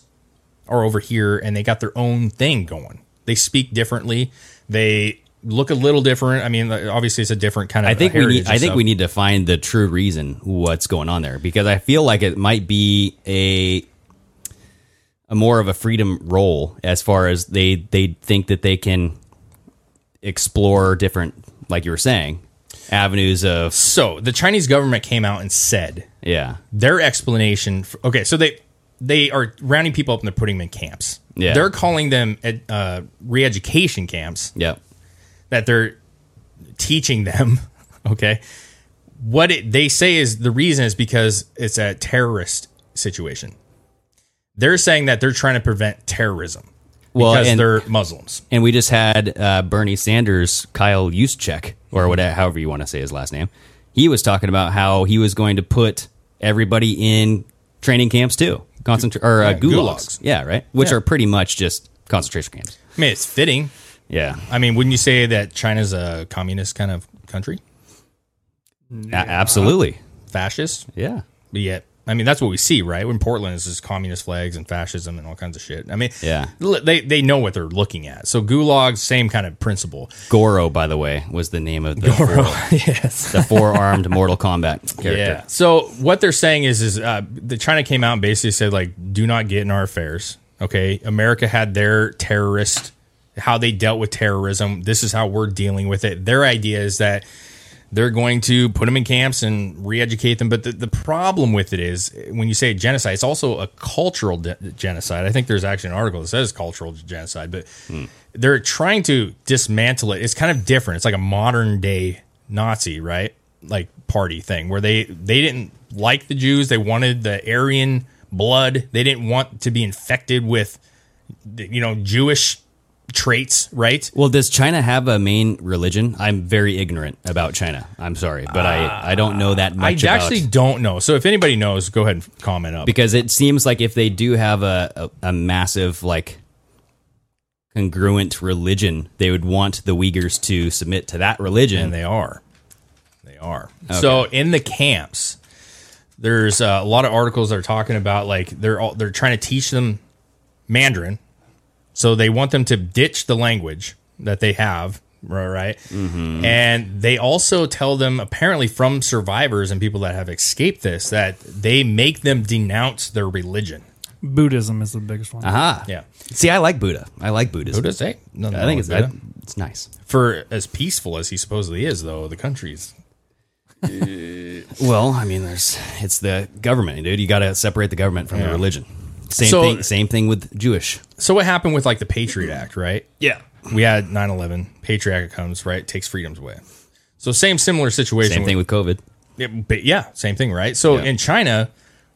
Speaker 8: are over here and they got their own thing going. They speak differently. They look a little different. I mean, obviously it's a different kind of
Speaker 7: I think we
Speaker 8: heritage
Speaker 7: need.
Speaker 8: and
Speaker 7: I think
Speaker 8: stuff.
Speaker 7: we need to find the true reason what's going on there because I feel like it might be a a more of a freedom role as far as they they think that they can explore different, like you were saying, avenues of
Speaker 8: So the Chinese government came out and said
Speaker 7: Yeah.
Speaker 8: Their explanation. For, okay, so they they are rounding people up and they're putting them in camps.
Speaker 7: Yeah.
Speaker 8: They're calling them ed, uh, re-education camps.
Speaker 7: Yep.
Speaker 8: That they're teaching them. Okay. What it, they say is the reason is because it's a terrorist situation. They're saying that they're trying to prevent terrorism
Speaker 7: Well,
Speaker 8: because
Speaker 7: and-
Speaker 8: they're Muslims.
Speaker 7: And we just had uh, Bernie Sanders, Kyle Yuschek, or whatever, however you want to say his last name. He was talking about how he was going to put everybody in training camps too, Concentra- or uh,
Speaker 8: Yeah,
Speaker 7: gulags.
Speaker 8: gulags.
Speaker 7: Yeah, right. Which
Speaker 8: Yeah.
Speaker 7: are pretty much just concentration camps.
Speaker 8: I mean, it's fitting.
Speaker 7: Yeah,
Speaker 8: I mean, wouldn't you say that China's a communist kind of country?
Speaker 7: A- absolutely.
Speaker 8: Fascist?
Speaker 7: Yeah.
Speaker 8: But yet, I mean, that's what we see, right? When Portland is just communist flags and fascism and all kinds of shit. I mean,
Speaker 7: Yeah.
Speaker 8: l- they, they know what they're looking at. So gulags, same kind of principle.
Speaker 7: Goro, by the way, was the name of the
Speaker 8: Goro,
Speaker 7: four,
Speaker 8: yes.
Speaker 7: the four armed Mortal Kombat character.
Speaker 8: Yeah. So what they're saying is, is uh, the China came out and basically said like, do not get in our affairs. Okay, America had their terrorist, how they dealt with terrorism. This is how we're dealing with it. Their idea is that they're going to put them in camps and re-educate them. But the, the problem with it is when you say genocide, it's also a cultural de- genocide. I think there's actually an article that says cultural genocide, but they're trying to dismantle it. It's kind of different. It's like a modern day Nazi, right? Like party thing where they they didn't like the Jews. They wanted the Aryan blood. They didn't want to be infected with, you know, Jewish traits, right?
Speaker 7: Well, does China have a main religion? I'm very ignorant about China. I'm sorry, but I, I don't know that
Speaker 8: I
Speaker 7: much. about-
Speaker 8: actually don't know. So if anybody knows, go ahead and comment up.
Speaker 7: because it seems like if they do have a, a, a massive like congruent religion, they would want the Uyghurs to submit to that religion.
Speaker 8: And they are. They are. So in the camps, there's uh, a lot of articles that are talking about like they're all, they're trying to teach them Mandarin, so they want them to ditch the language that they have, ri- right?
Speaker 7: Mm-hmm.
Speaker 8: And they also tell them apparently from survivors and people that have escaped this that they make them denounce their religion.
Speaker 9: Buddhism is the biggest one.
Speaker 7: Aha.
Speaker 8: Yeah.
Speaker 7: See, I like Buddha. I like Buddhism.
Speaker 8: Buddha's hey, nothing
Speaker 7: I
Speaker 8: wrong
Speaker 7: think
Speaker 8: with
Speaker 7: it's I,
Speaker 8: Buddha.
Speaker 7: it's nice.
Speaker 8: for as peaceful as he supposedly is, though the country's
Speaker 7: Well, I mean, there's it's the government, dude. You got to separate the government from the religion. Same
Speaker 8: So-
Speaker 7: thing. Same thing with Jewish.
Speaker 8: So what happened with like the Patriot Act, right?
Speaker 7: Yeah.
Speaker 8: We had 9/11. Patriot Act comes, right? Takes freedoms away. So same similar situation.
Speaker 7: Same thing with COVID.
Speaker 8: Yeah, but yeah, same thing, right? So
Speaker 7: Yeah.
Speaker 8: in China,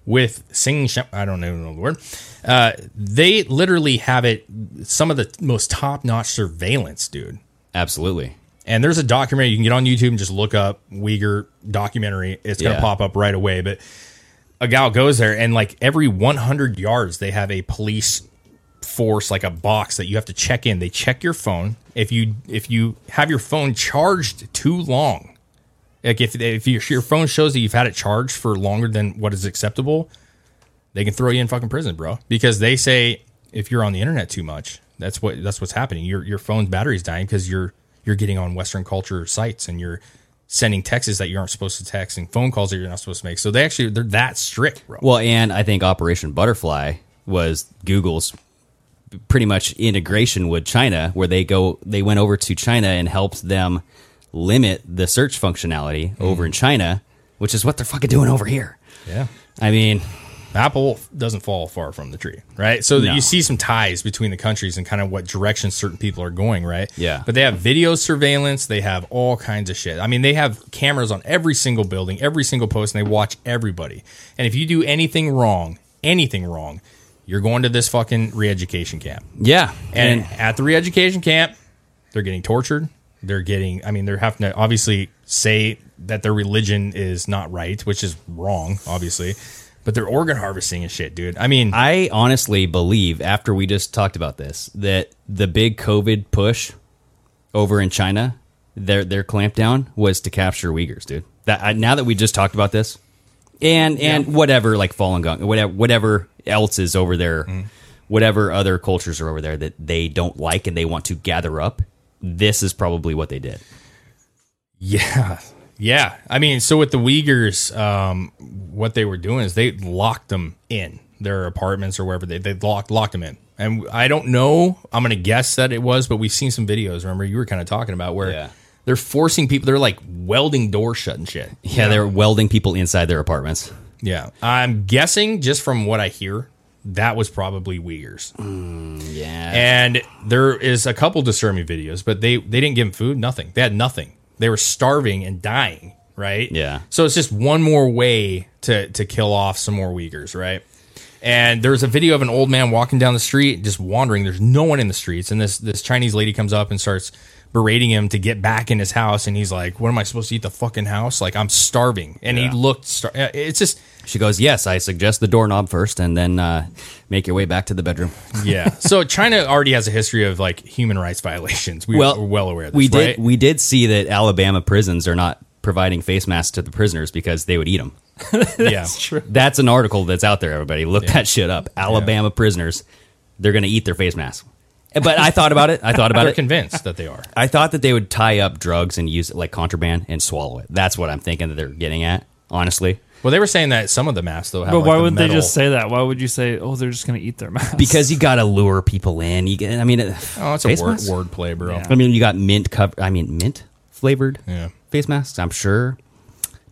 Speaker 8: with Sing, Sha- I don't even know the word. Uh, they literally have it. Some of the most top notch surveillance, dude.
Speaker 7: Absolutely.
Speaker 8: And there's a documentary you can get on YouTube and just look up Uyghur documentary. It's gonna
Speaker 7: Yeah.
Speaker 8: pop up right away. But a gal goes there, and like every 100 yards, they have a police force, like a box that you have to check in. They check your phone. If you if you have your phone charged too long, like if if your, your phone shows that you've had it charged for longer than what is acceptable, they can throw you in fucking prison, bro. Because they say if you're on the internet too much, that's what that's what's happening. Your your phone's battery's dying because you're you're getting on Western culture sites and you're sending texts that you aren't supposed to text and phone calls that you're not supposed to make. So they actually they're that strict, bro.
Speaker 7: Well, and I think Operation Butterfly was Google's pretty much integration with China, where they go they went over to China and helped them limit the search functionality over in China, which is what they're fucking doing over here.
Speaker 8: Yeah.
Speaker 7: I mean,
Speaker 8: Apple doesn't fall far from the tree, right? So that
Speaker 7: No.
Speaker 8: you see some ties between the countries and kind of what direction certain people are going, right?
Speaker 7: Yeah.
Speaker 8: But they have video surveillance, they have all kinds of shit. I mean, they have cameras on every single building, every single post, and they watch everybody. And if you do anything wrong, anything wrong, you're going to this fucking re education camp.
Speaker 7: yeah,
Speaker 8: And at the re education camp, they're getting tortured. They're getting, I mean, they're having to obviously say that their religion is not right, which is wrong, obviously. But they're organ harvesting and shit, dude. I mean,
Speaker 7: I honestly believe after we just talked about this that the big COVID push over in China, their their clampdown was to capture Uyghurs, dude. That I, now that we just talked about this, and and whatever like Falun Gong, whatever whatever else is over there, whatever other cultures are over there that they don't like and they want to gather up, this is probably what they did.
Speaker 8: yeah. Yeah. I mean, so with the Uyghurs, um, what they were doing is they locked them in their apartments or wherever they, they locked, locked them in. And I don't know. I'm going to guess that it was, but we've seen some videos. Remember, you were kind of talking about where
Speaker 7: Yeah.
Speaker 8: they're forcing people, they're like welding doors shut and shit.
Speaker 7: Yeah, they're welding people inside their apartments.
Speaker 8: Yeah, I'm guessing just from what I hear, that was probably Uyghurs.
Speaker 7: Mm, yeah.
Speaker 8: And there is a couple disturbing videos, but they they didn't give them food, nothing. They had nothing. They were starving and dying, right?
Speaker 7: Yeah.
Speaker 8: So it's just one more way to to kill off some more Uyghurs, right? And there's a video of an old man walking down the street, just wandering. There's no one in the streets, and this this Chinese lady comes up and starts berating him to get back in his house, and he's like, "What am I supposed to eat? The fucking house? Like I'm starving." And
Speaker 7: Yeah.
Speaker 8: he looked. Star- uh, it's just
Speaker 7: She goes, Yes, I suggest the doorknob first and then uh, make your way back to the bedroom.
Speaker 8: yeah. So China already has a history of like human rights violations. We
Speaker 7: well,
Speaker 8: are well aware. Of this,
Speaker 7: we did
Speaker 8: right?
Speaker 7: we did see that Alabama prisons are not providing face masks to the prisoners because they would eat them.
Speaker 8: yeah.
Speaker 7: That's an article that's out there. Everybody, look that shit up. Alabama prisoners, they're going to eat their face masks. But I thought about it. I thought about
Speaker 8: They're
Speaker 7: it.
Speaker 8: convinced that they are.
Speaker 7: I thought that they would tie up drugs and use it like contraband and swallow it. That's what I'm thinking that they're getting at. Honestly,
Speaker 8: Well, they were saying that some of the masks though. Have,
Speaker 9: But
Speaker 8: like,
Speaker 9: why
Speaker 8: the
Speaker 9: would they
Speaker 8: metal-
Speaker 9: just say that? Why would you say, "Oh, they're just going to eat their mask"?
Speaker 7: because you got to lure people in. You get, I mean, oh,
Speaker 8: Oh, it's a word, word play, bro.
Speaker 7: I mean, you got mint cover. I mean, mint flavored
Speaker 8: Yeah.
Speaker 7: face masks. I'm sure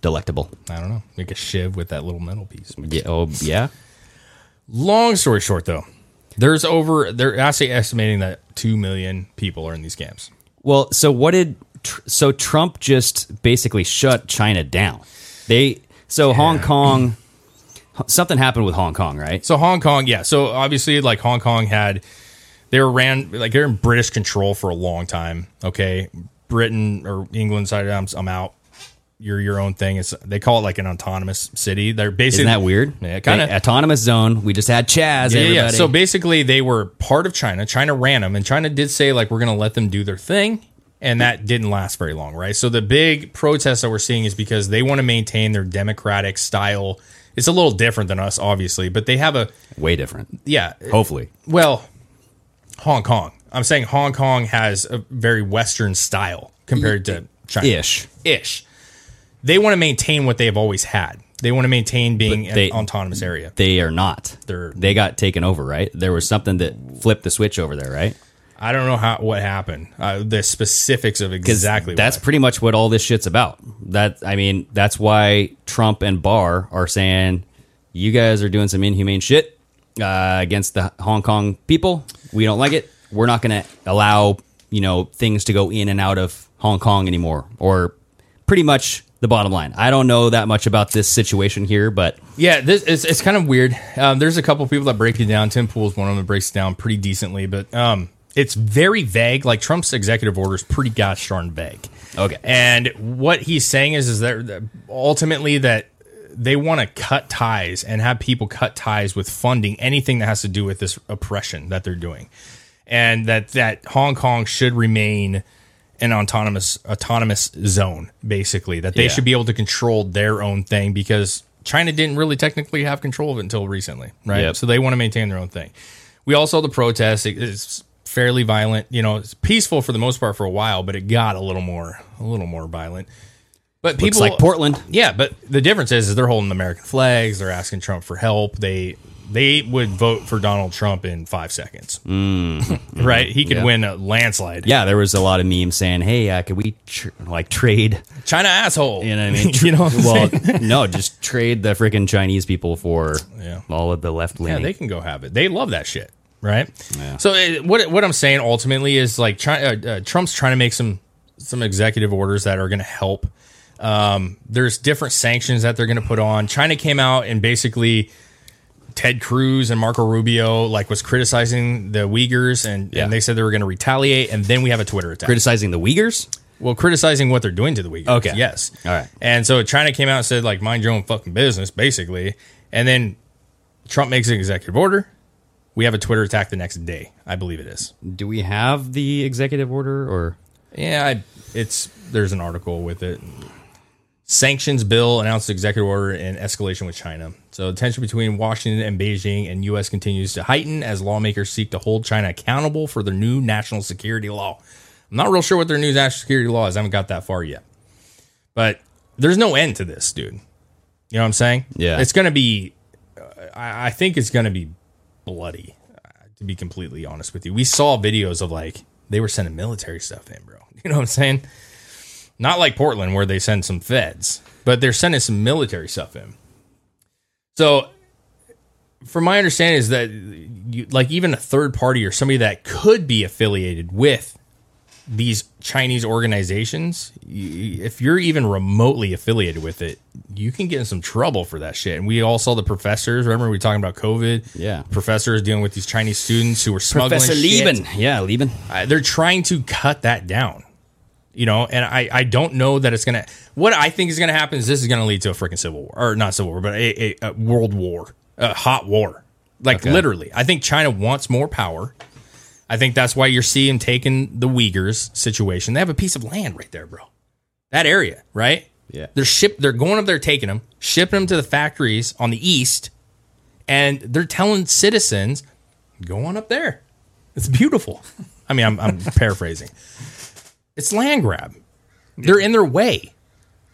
Speaker 7: delectable.
Speaker 8: I don't know. Make a shiv with that little metal piece.
Speaker 7: Yeah, oh yeah.
Speaker 8: Long story short, though, there's over they're actually estimating that two million people are in these camps.
Speaker 7: Well, so what did tr- so Trump just basically shut China down? They so Hong Kong something happened with Hong Kong, right?
Speaker 8: So Hong Kong, yeah. So obviously, like Hong Kong had, they were ran like they're in British control for a long time. Okay, Britain or England decided I'm, I'm out. You're your own thing. It's they call it like an autonomous city. They're basically
Speaker 7: Isn't that weird?
Speaker 8: Yeah, kind of.
Speaker 7: They- autonomous zone. We just had Chaz.
Speaker 8: Yeah, yeah.
Speaker 7: everybody.
Speaker 8: So basically, they were part of China. China ran them, and China did say like we're going to let them do their thing, and that didn't last very long, right? So the big protests that we're seeing is because they want to maintain their democratic style. It's a little different than us, obviously, but they have a
Speaker 7: way different.
Speaker 8: yeah.
Speaker 7: Hopefully,
Speaker 8: Well, Hong Kong. I'm saying Hong Kong has a very Western style compared to China.
Speaker 7: ish.
Speaker 8: Ish. They want to maintain what they've always had. They want to maintain being
Speaker 7: But they-
Speaker 8: an autonomous area.
Speaker 7: They are not.
Speaker 8: They're-
Speaker 7: they got taken over, right? There was something that flipped the switch over there, right?
Speaker 8: I don't know how what happened. Uh, the specifics of
Speaker 7: 'Cause
Speaker 8: exactly
Speaker 7: That's
Speaker 8: why.
Speaker 7: pretty much what all this shit's about. That I mean, that's why Trump and Barr are saying you guys are doing some inhumane shit uh, against the Hong Kong people. We don't like it. We're not going to allow you know things to go in and out of Hong Kong anymore. Or pretty much the bottom line. I don't know that much about this situation here, but
Speaker 8: yeah. This it's, it's kind of weird. Um, there's a couple people that break it down. Tim Pool's one of them that breaks it down pretty decently, but um, it's very vague. Like Trump's executive order is pretty gosh darn vague.
Speaker 7: okay.
Speaker 8: And what he's saying is, is that that ultimately that they want to cut ties and have people cut ties with funding anything that has to do with this oppression that they're doing, and that that Hong Kong should remain an autonomous autonomous zone, basically that they
Speaker 7: Yeah.
Speaker 8: should be able to control their own thing because China didn't really technically have control of it until recently, right?
Speaker 7: Yep.
Speaker 8: So they want to maintain their own thing. We all saw the protests. It- It's fairly violent. You know, it's peaceful for the most part for a while, but it got a little more, a little more violent. But
Speaker 7: Looks
Speaker 8: people
Speaker 7: like Portland.
Speaker 8: yeah. But the difference is, is they're holding American flags. They're asking Trump for help. They they would vote for Donald Trump in five seconds, right? He could win a landslide.
Speaker 7: Mm. Yeah, there was a lot of memes saying, "Hey, uh, could we tr- like trade?"
Speaker 8: China asshole.
Speaker 7: You know what I mean?
Speaker 8: you know, what I'm
Speaker 7: well,
Speaker 8: saying?
Speaker 7: no, just trade the freaking Chinese people for
Speaker 8: Yeah.
Speaker 7: all of the left
Speaker 8: Yeah,
Speaker 7: leaning.
Speaker 8: they can go have it. They love that shit, right? So it, what what I'm saying ultimately is like China, uh, uh, Trump's trying to make some some executive orders that are going to help. Um, there's different sanctions that they're going to put on. China came out and basically Ted Cruz and Marco Rubio like was criticizing the Uyghurs and,
Speaker 7: Yeah.
Speaker 8: and they said they were going to retaliate and then we have a Twitter attack.
Speaker 7: criticizing the Uyghurs.
Speaker 8: Well, criticizing what they're doing to the Uyghurs.
Speaker 7: Okay.
Speaker 8: Yes.
Speaker 7: All right.
Speaker 8: And so China came out and said, like, mind your own fucking business, basically. And then Trump makes an executive order. We have a Twitter attack the next day. I believe it is.
Speaker 7: Do we have the executive order or
Speaker 8: Yeah, I, it's there's an article with it. Sanctions bill announced executive order and escalation with China. So tension between Washington and Beijing and U.S. continues to heighten as lawmakers seek to hold China accountable for their new national security law. I'm not real sure what their new national security law is. I haven't got that far yet. But there's no end to this, dude. You know what I'm saying?
Speaker 7: Yeah.
Speaker 8: It's going to be, uh, I, I think it's going to be bloody, uh, to be completely honest with you. We saw videos of like, they were sending military stuff in, bro. You know what I'm saying? Not like Portland where they send some feds, but they're sending some military stuff in. So, from my understanding, is that you, like even a third party or somebody that could be affiliated with these Chinese organizations, you, if you're even remotely affiliated with it, you can get in some trouble for that shit. And we all saw the professors. Remember we were talking about COVID?
Speaker 7: Yeah.
Speaker 8: professors dealing with these Chinese students who were smuggling.
Speaker 7: Professor
Speaker 8: shit.
Speaker 7: Lieben. Yeah, Lieben.
Speaker 8: Uh, they're trying to cut that down. You know, and I, I don't know that it's gonna. What I think is gonna happen is this is gonna lead to a freaking civil war, or not civil war, but a, a, a world war, a hot war. Like
Speaker 7: Okay.
Speaker 8: literally, I think China wants more power. I think that's why you're seeing taking the Uyghurs situation. They have a piece of land right there, bro. That area, right?
Speaker 7: Yeah.
Speaker 8: They're ship. They're going up there, taking them, shipping them to the factories on the east, and they're telling citizens, "Go on up there. It's beautiful." I mean, I'm, I'm paraphrasing. It's land grab. They're in their way.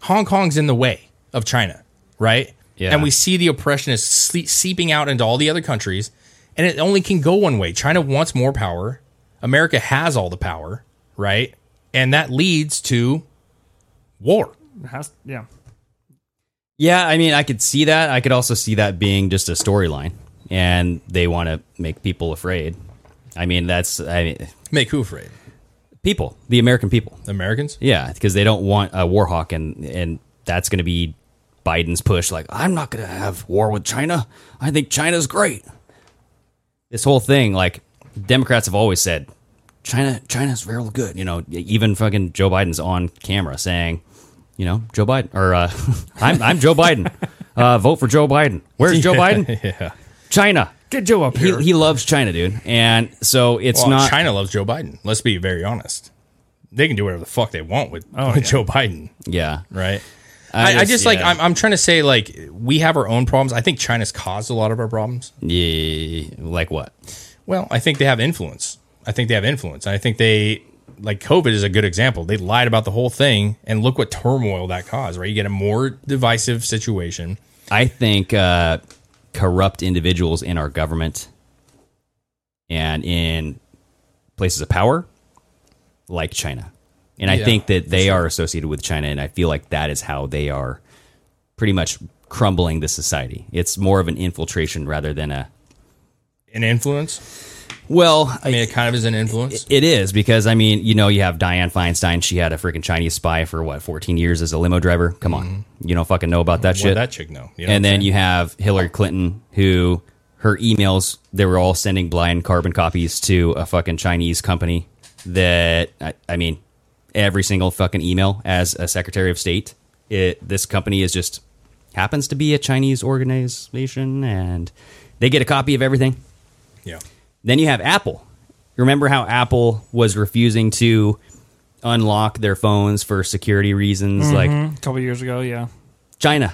Speaker 8: Hong Kong's in the way of China, right?
Speaker 7: Yeah.
Speaker 8: And we see the oppression is sle- seeping out into all the other countries, and it only can go one way. China wants more power. America has all the power, right? And that leads to war.
Speaker 9: It has, yeah.
Speaker 7: Yeah, I mean, I could see that. I could also see that being just a storyline, and they want to make people afraid. I mean, that's I mean,
Speaker 8: Make who afraid?
Speaker 7: people, the American people.
Speaker 8: Americans?
Speaker 7: Yeah, because they don't want a war hawk, and and that's going to be Biden's push. Like, I'm not going to have war with China. I think China's great. This whole thing, like Democrats have always said, China, China's real good. You know, even fucking Joe Biden's on camera saying, you know, Joe Biden or uh, I'm I'm Joe Biden. Uh, vote for Joe Biden. Where's Joe Biden?
Speaker 8: yeah.
Speaker 7: China.
Speaker 9: Get Joe up
Speaker 7: He,
Speaker 9: here.
Speaker 7: he loves China, dude, and so it's
Speaker 8: Well,
Speaker 7: not
Speaker 8: China loves Joe Biden. Let's be very honest. They can do whatever the fuck they want with,
Speaker 7: Oh,
Speaker 8: with Joe Biden,
Speaker 7: Yeah,
Speaker 8: right? I, I just, like
Speaker 7: yeah.
Speaker 8: I'm, I'm trying to say like we have our own problems. I think China's caused a lot of our problems.
Speaker 7: yeah, like what?
Speaker 8: Well, I think they have influence. I think they have influence. And I think they like COVID is a good example. They lied about the whole thing and look what turmoil that caused, right? You get a more divisive situation.
Speaker 7: I think uh, corrupt individuals in our government and in places of power, like China, and I
Speaker 8: Yeah,
Speaker 7: think that they are associated with China, and I feel like that is how they are pretty much crumbling the society. It's more of an infiltration rather than a
Speaker 8: An influence?
Speaker 7: well.
Speaker 8: I mean, it kind of is an influence.
Speaker 7: It is because I mean, you know, you have Diane Feinstein. She had a freaking Chinese spy for what, fourteen years as a limo driver. Come on, you don't fucking know about that
Speaker 8: Mm-hmm. What
Speaker 7: shit.
Speaker 8: that chick know. You
Speaker 7: and
Speaker 8: know what I'm
Speaker 7: then
Speaker 8: saying?
Speaker 7: you have Hillary Clinton, who her emails they were all sending blind carbon copies to a fucking Chinese company. That I, I mean, every single fucking email as a Secretary of State, it this company is just happens to be a Chinese organization, and they get a copy of everything.
Speaker 8: yeah.
Speaker 7: Then you have Apple. Remember how Apple was refusing to unlock their phones for security reasons? Like
Speaker 9: A couple years ago, yeah.
Speaker 7: China,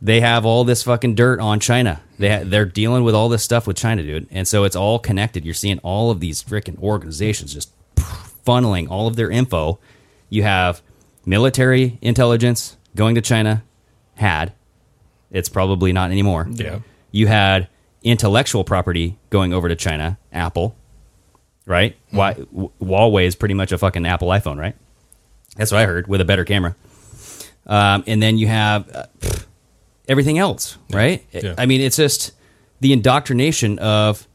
Speaker 7: they have all this fucking dirt on China. They ha- they're dealing with all this stuff with China, dude, and so it's all connected. You're seeing all of these freaking organizations just funneling all of their info. You have military intelligence going to China. Had it's probably not anymore.
Speaker 8: Yeah.
Speaker 7: You had intellectual property going over to China. Apple, right? Why w Huawei is pretty much a fucking Apple iPhone, right? That's what I heard with a better camera. Um, and then you have uh, pfft, everything else, right?
Speaker 8: Yeah.
Speaker 7: I mean, it's just the indoctrination of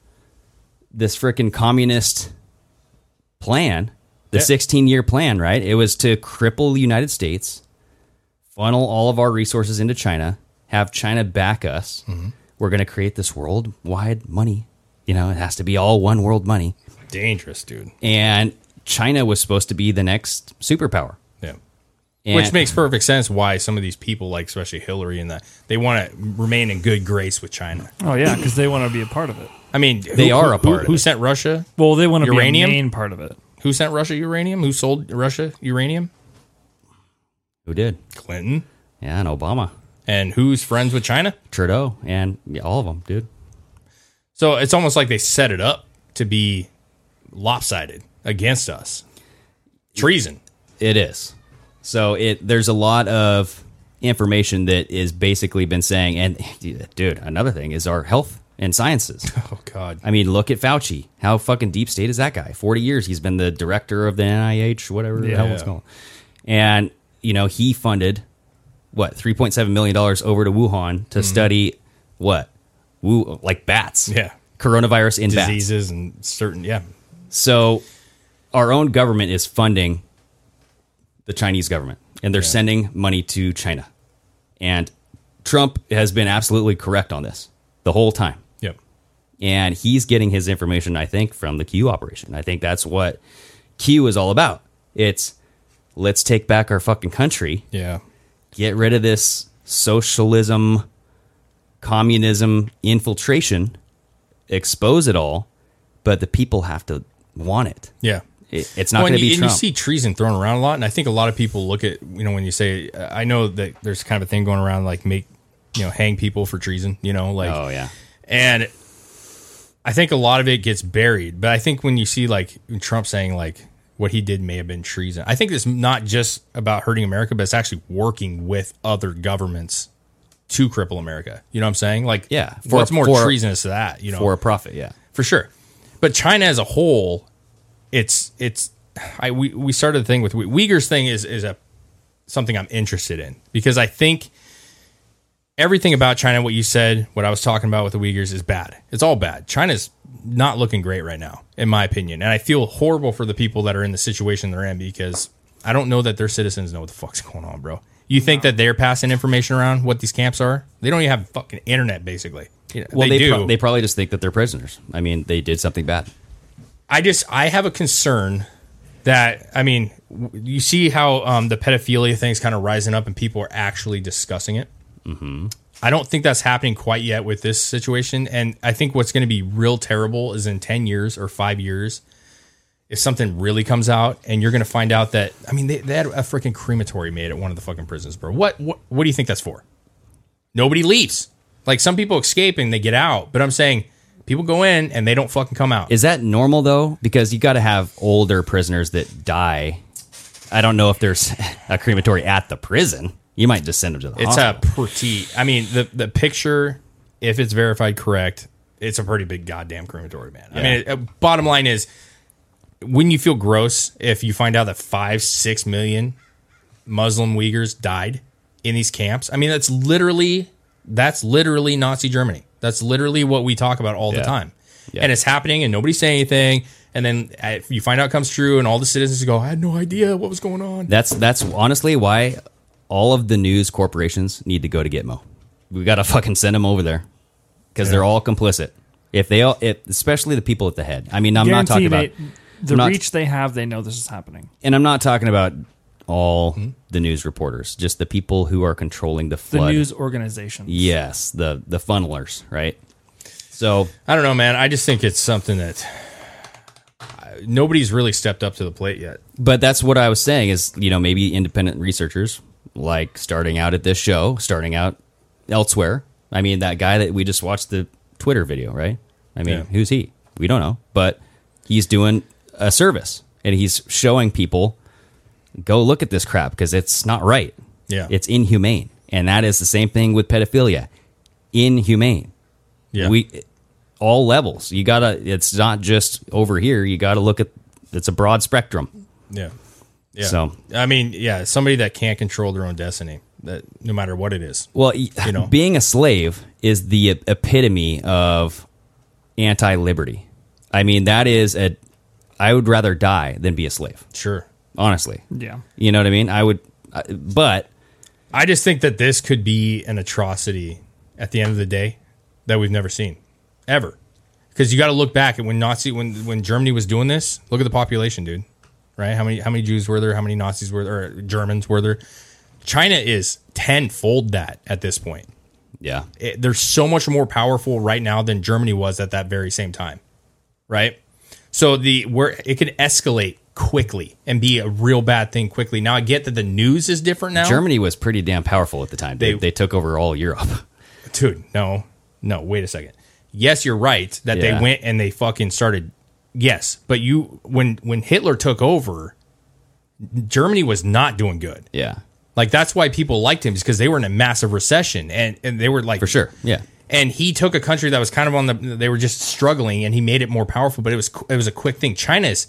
Speaker 7: this freaking communist plan, the
Speaker 8: Yeah.
Speaker 7: 16 year plan, right? It was to cripple the United States, funnel all of our resources into China, have China back us.
Speaker 8: Mm-hmm.
Speaker 7: We're going to create this worldwide money. You know, it has to be all one world money.
Speaker 8: Dangerous, dude.
Speaker 7: And China was supposed to be the next superpower.
Speaker 8: Yeah.
Speaker 7: And-
Speaker 8: Which makes perfect sense why some of these people, like especially Hillary and that, they want to remain in good grace with China.
Speaker 9: Oh yeah, because they want to be a part of it.
Speaker 8: I mean,
Speaker 7: They are a
Speaker 8: Who,
Speaker 7: part of
Speaker 8: who
Speaker 7: it.
Speaker 8: sent Russia?
Speaker 9: Well, they want to
Speaker 8: Uranium?
Speaker 9: be a main part of it.
Speaker 8: Who sent Russia uranium? Who sold Russia uranium?
Speaker 7: Who did?
Speaker 8: Clinton.
Speaker 7: Yeah, and Obama,
Speaker 8: And who's friends with China?
Speaker 7: Trudeau, and yeah, all of them, dude.
Speaker 8: So it's almost like they set it up to be lopsided against us. Treason.
Speaker 7: It is. So it there's a lot of information that is basically been saying, and dude, another thing is our health and sciences.
Speaker 8: Oh God.
Speaker 7: I mean, look at Fauci. How fucking deep state is that guy? Forty years he's been the director of the NIH, whatever the hell it's
Speaker 8: Yeah.
Speaker 7: called. And Mm-hmm. you know he funded what three point seven million dollars over to Wuhan to study what? Woo, like bats.
Speaker 8: Yeah.
Speaker 7: Coronavirus in bats.
Speaker 8: diseases and certain yeah
Speaker 7: So our own government is funding the Chinese government and they're sending money to China. And Trump has been absolutely correct on this the whole time.
Speaker 8: Yep.
Speaker 7: And he's getting his information, I think, from the Q operation. I think that's what Q is all about. It's let's take back our fucking country.
Speaker 8: Yeah.
Speaker 7: Get rid of this socialism, communism infiltration, expose it all, but the people have to want it.
Speaker 8: Yeah.
Speaker 7: It- it's not
Speaker 8: Well, and
Speaker 7: going to
Speaker 8: you-
Speaker 7: be
Speaker 8: and
Speaker 7: Trump.
Speaker 8: you see treason thrown around a lot, and I think a lot of people look at you know when you say uh, I know that there's kind of a thing going around like make you know hang people for treason, you know like
Speaker 7: Oh, yeah.
Speaker 8: and I think a lot of it gets buried. But I think when you see like Trump saying like what he did may have been treason, I think it's not just about hurting America, but it's actually working with other governments to cripple America. You know what I'm saying? Like
Speaker 7: Yeah,
Speaker 8: for,
Speaker 7: for-
Speaker 8: what's more
Speaker 7: for-
Speaker 8: treasonous to that? You know,
Speaker 7: for a profit, yeah.
Speaker 8: for sure. But China as a whole, it's it's I we, we started the thing with Uy- Uyghurs thing is is a something I'm interested in because I think everything about China, what you said, what I was talking about with the Uyghurs is bad. It's all bad. China's not looking great right now, in my opinion. And I feel horrible for the people that are in the situation they're in because I don't know that their citizens know what the fuck's going on, bro. You think that they're passing information around what these camps are? They don't even have fucking internet, basically. You know,
Speaker 7: Well,
Speaker 8: they,
Speaker 7: they,
Speaker 8: do.
Speaker 7: pro- they probably just think that they're prisoners. I mean, they did something bad.
Speaker 8: I just I have a concern that I mean w- you see how um, the pedophilia thing's kind of rising up and people are actually discussing it.
Speaker 7: Mm-hmm.
Speaker 8: I don't think that's happening quite yet with this situation, and I think what's going to be real terrible is in ten years or five years, if something really comes out and you're going to find out that I mean they, they had a freaking crematory made at one of the fucking prisons, bro. What what what do you think that's for? Nobody leaves. Like some people escape and they get out, but I'm saying people go in and they don't fucking come out.
Speaker 7: Is that normal though? Because you got to have older prisoners that die. I don't know if there's a crematory at the prison. You might just send them to the
Speaker 8: It's a
Speaker 7: hospital.
Speaker 8: pretty. I mean, the the picture, if it's verified correct, it's a pretty big goddamn crematory, man. I
Speaker 7: Yeah.
Speaker 8: mean, uh, bottom line is, wouldn't you feel gross if you find out that five, six million Muslim Uyghurs died in these camps? I mean, that's literally that's literally Nazi Germany. That's literally what we talk about all
Speaker 7: Yeah.
Speaker 8: the time,
Speaker 7: Yeah.
Speaker 8: and it's happening, and nobody's saying anything. And then uh, you find out it comes true, and all the citizens go, "I had no idea what was going on."
Speaker 7: that's that's honestly why all of the news corporations need to go to Gitmo. We got to fucking send them over there because they're all complicit. If they all, if, especially the people at the head. I mean, I'm not talking about
Speaker 9: Guarantee they- the
Speaker 7: I'm not-
Speaker 9: reach they have. They know this is happening.
Speaker 7: and I'm not talking about all the news reporters, just the people who are controlling the
Speaker 9: The
Speaker 7: flood.
Speaker 9: news organizations.
Speaker 7: Yes, the the funnelers, right? So
Speaker 8: I don't know, man. I just think it's something that I- nobody's really stepped up to the plate yet.
Speaker 7: but that's what I was saying is, you know, maybe independent researchers like starting out at this show, starting out elsewhere. I mean, that guy that we just watched the Twitter video, right? I mean,
Speaker 8: Yeah.
Speaker 7: who's he? We don't know, but he's doing a service and he's showing people go look at this crap because it's not right.
Speaker 8: Yeah.
Speaker 7: It's inhumane. And that is the same thing with pedophilia. Inhumane.
Speaker 8: Yeah.
Speaker 7: We all levels. You got to it's not just over here. You got to look at it's a broad spectrum.
Speaker 8: Yeah. Yeah.
Speaker 7: So-
Speaker 8: I mean, yeah, somebody that can't control their own destiny, that no matter what it is.
Speaker 7: Well,
Speaker 8: You know.
Speaker 7: being a slave is the ep- epitome of anti-liberty. I mean, that is a. I would rather die than be a slave.
Speaker 8: Sure.
Speaker 7: Honestly.
Speaker 9: Yeah.
Speaker 7: You know what I mean? I would, I- but
Speaker 8: I just think that this could be an atrocity at the end of the day that we've never seen ever. Because you got to look back at when Nazi when when Germany was doing this. Look at the population, dude. Right? How many how many Jews were there? How many Nazis were there? Or Germans were there? China is tenfold that at this point.
Speaker 7: yeah,
Speaker 8: it, they're so much more powerful right now than Germany was at that very same time, right? So the where it can escalate quickly and be a real bad thing quickly. Now I get that the news is different now.
Speaker 7: Germany was pretty damn powerful at the time. They
Speaker 8: They-
Speaker 7: they took over all Europe.
Speaker 8: dude, no, no, wait a second. Yes, you're right that
Speaker 7: Yeah.
Speaker 8: they went and they fucking started. Yes, but you when when Hitler took over, Germany was not doing good.
Speaker 7: Yeah,
Speaker 8: Like that's why people liked him because they were in a massive recession and and they were like
Speaker 7: for sure. Yeah,
Speaker 8: and he took a country that was kind of on the they were just struggling and he made it more powerful but it was it was a quick thing China is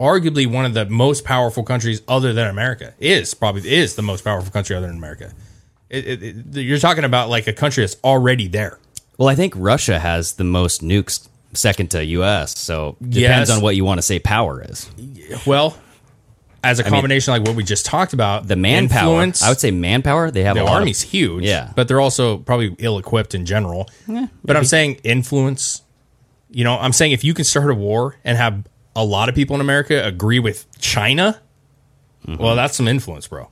Speaker 8: arguably one of the most powerful countries other than america is probably is the most powerful country other than america It- it- it- you're talking about like a country that's already there
Speaker 7: Well, I think Russia has the most nukes, second to U.S. So depends
Speaker 8: Yes.
Speaker 7: on what you want to say power is.
Speaker 8: Well, as a
Speaker 7: I mean,
Speaker 8: combination, like what we just talked about, the
Speaker 7: manpower. I would say manpower. They have
Speaker 8: the
Speaker 7: a lot of-
Speaker 8: army's huge,
Speaker 7: Yeah.
Speaker 8: but they're also probably ill-equipped in general.
Speaker 7: Yeah,
Speaker 8: but I'm
Speaker 7: maybe.
Speaker 8: saying influence. You know, I'm saying if you can start a war and have a lot of people in America agree with China, well, that's some influence, bro.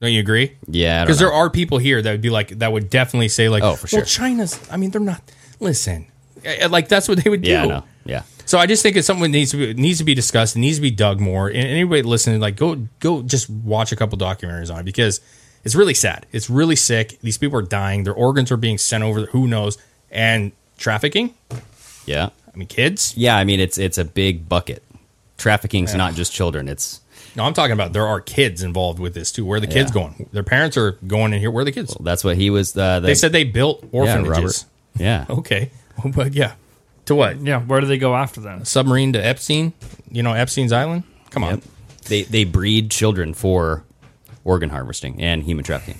Speaker 8: Don't you agree?
Speaker 7: Mm-hmm. Yeah, I don't
Speaker 8: because there
Speaker 7: know.
Speaker 8: are people here that would be like that would definitely say like,
Speaker 7: Oh, for sure.
Speaker 8: Well, China's. I mean, they're not. Listen, eh, eh, like that's what they would do.
Speaker 7: yeah, I know. yeah.
Speaker 8: So I just think it's something that needs to be needs to be discussed. It needs to be dug more. And anybody listening, like go go just watch a couple documentaries on it because it's really sad. It's really sick. These people are dying. Their organs are being sent over. Who knows? And trafficking.
Speaker 7: Yeah. I
Speaker 8: mean, kids.
Speaker 7: Yeah, I mean it's it's a big bucket. Trafficking's
Speaker 8: Yeah.
Speaker 7: not just children. It's
Speaker 8: No, I'm talking about there are kids involved with this too. Where are the kids
Speaker 7: Yeah.
Speaker 8: going? Their parents are going in here. Where are the kids?
Speaker 7: that's what he was. Uh, the,
Speaker 8: they said they built
Speaker 7: Yeah,
Speaker 8: orphanages.
Speaker 7: Robert. yeah.
Speaker 8: okay, but yeah, to what?
Speaker 9: Yeah, where do they go after them?
Speaker 8: Submarine to Epstein. You know Epstein's island. Come on.
Speaker 7: Yep. They they breed children for organ harvesting and human trafficking.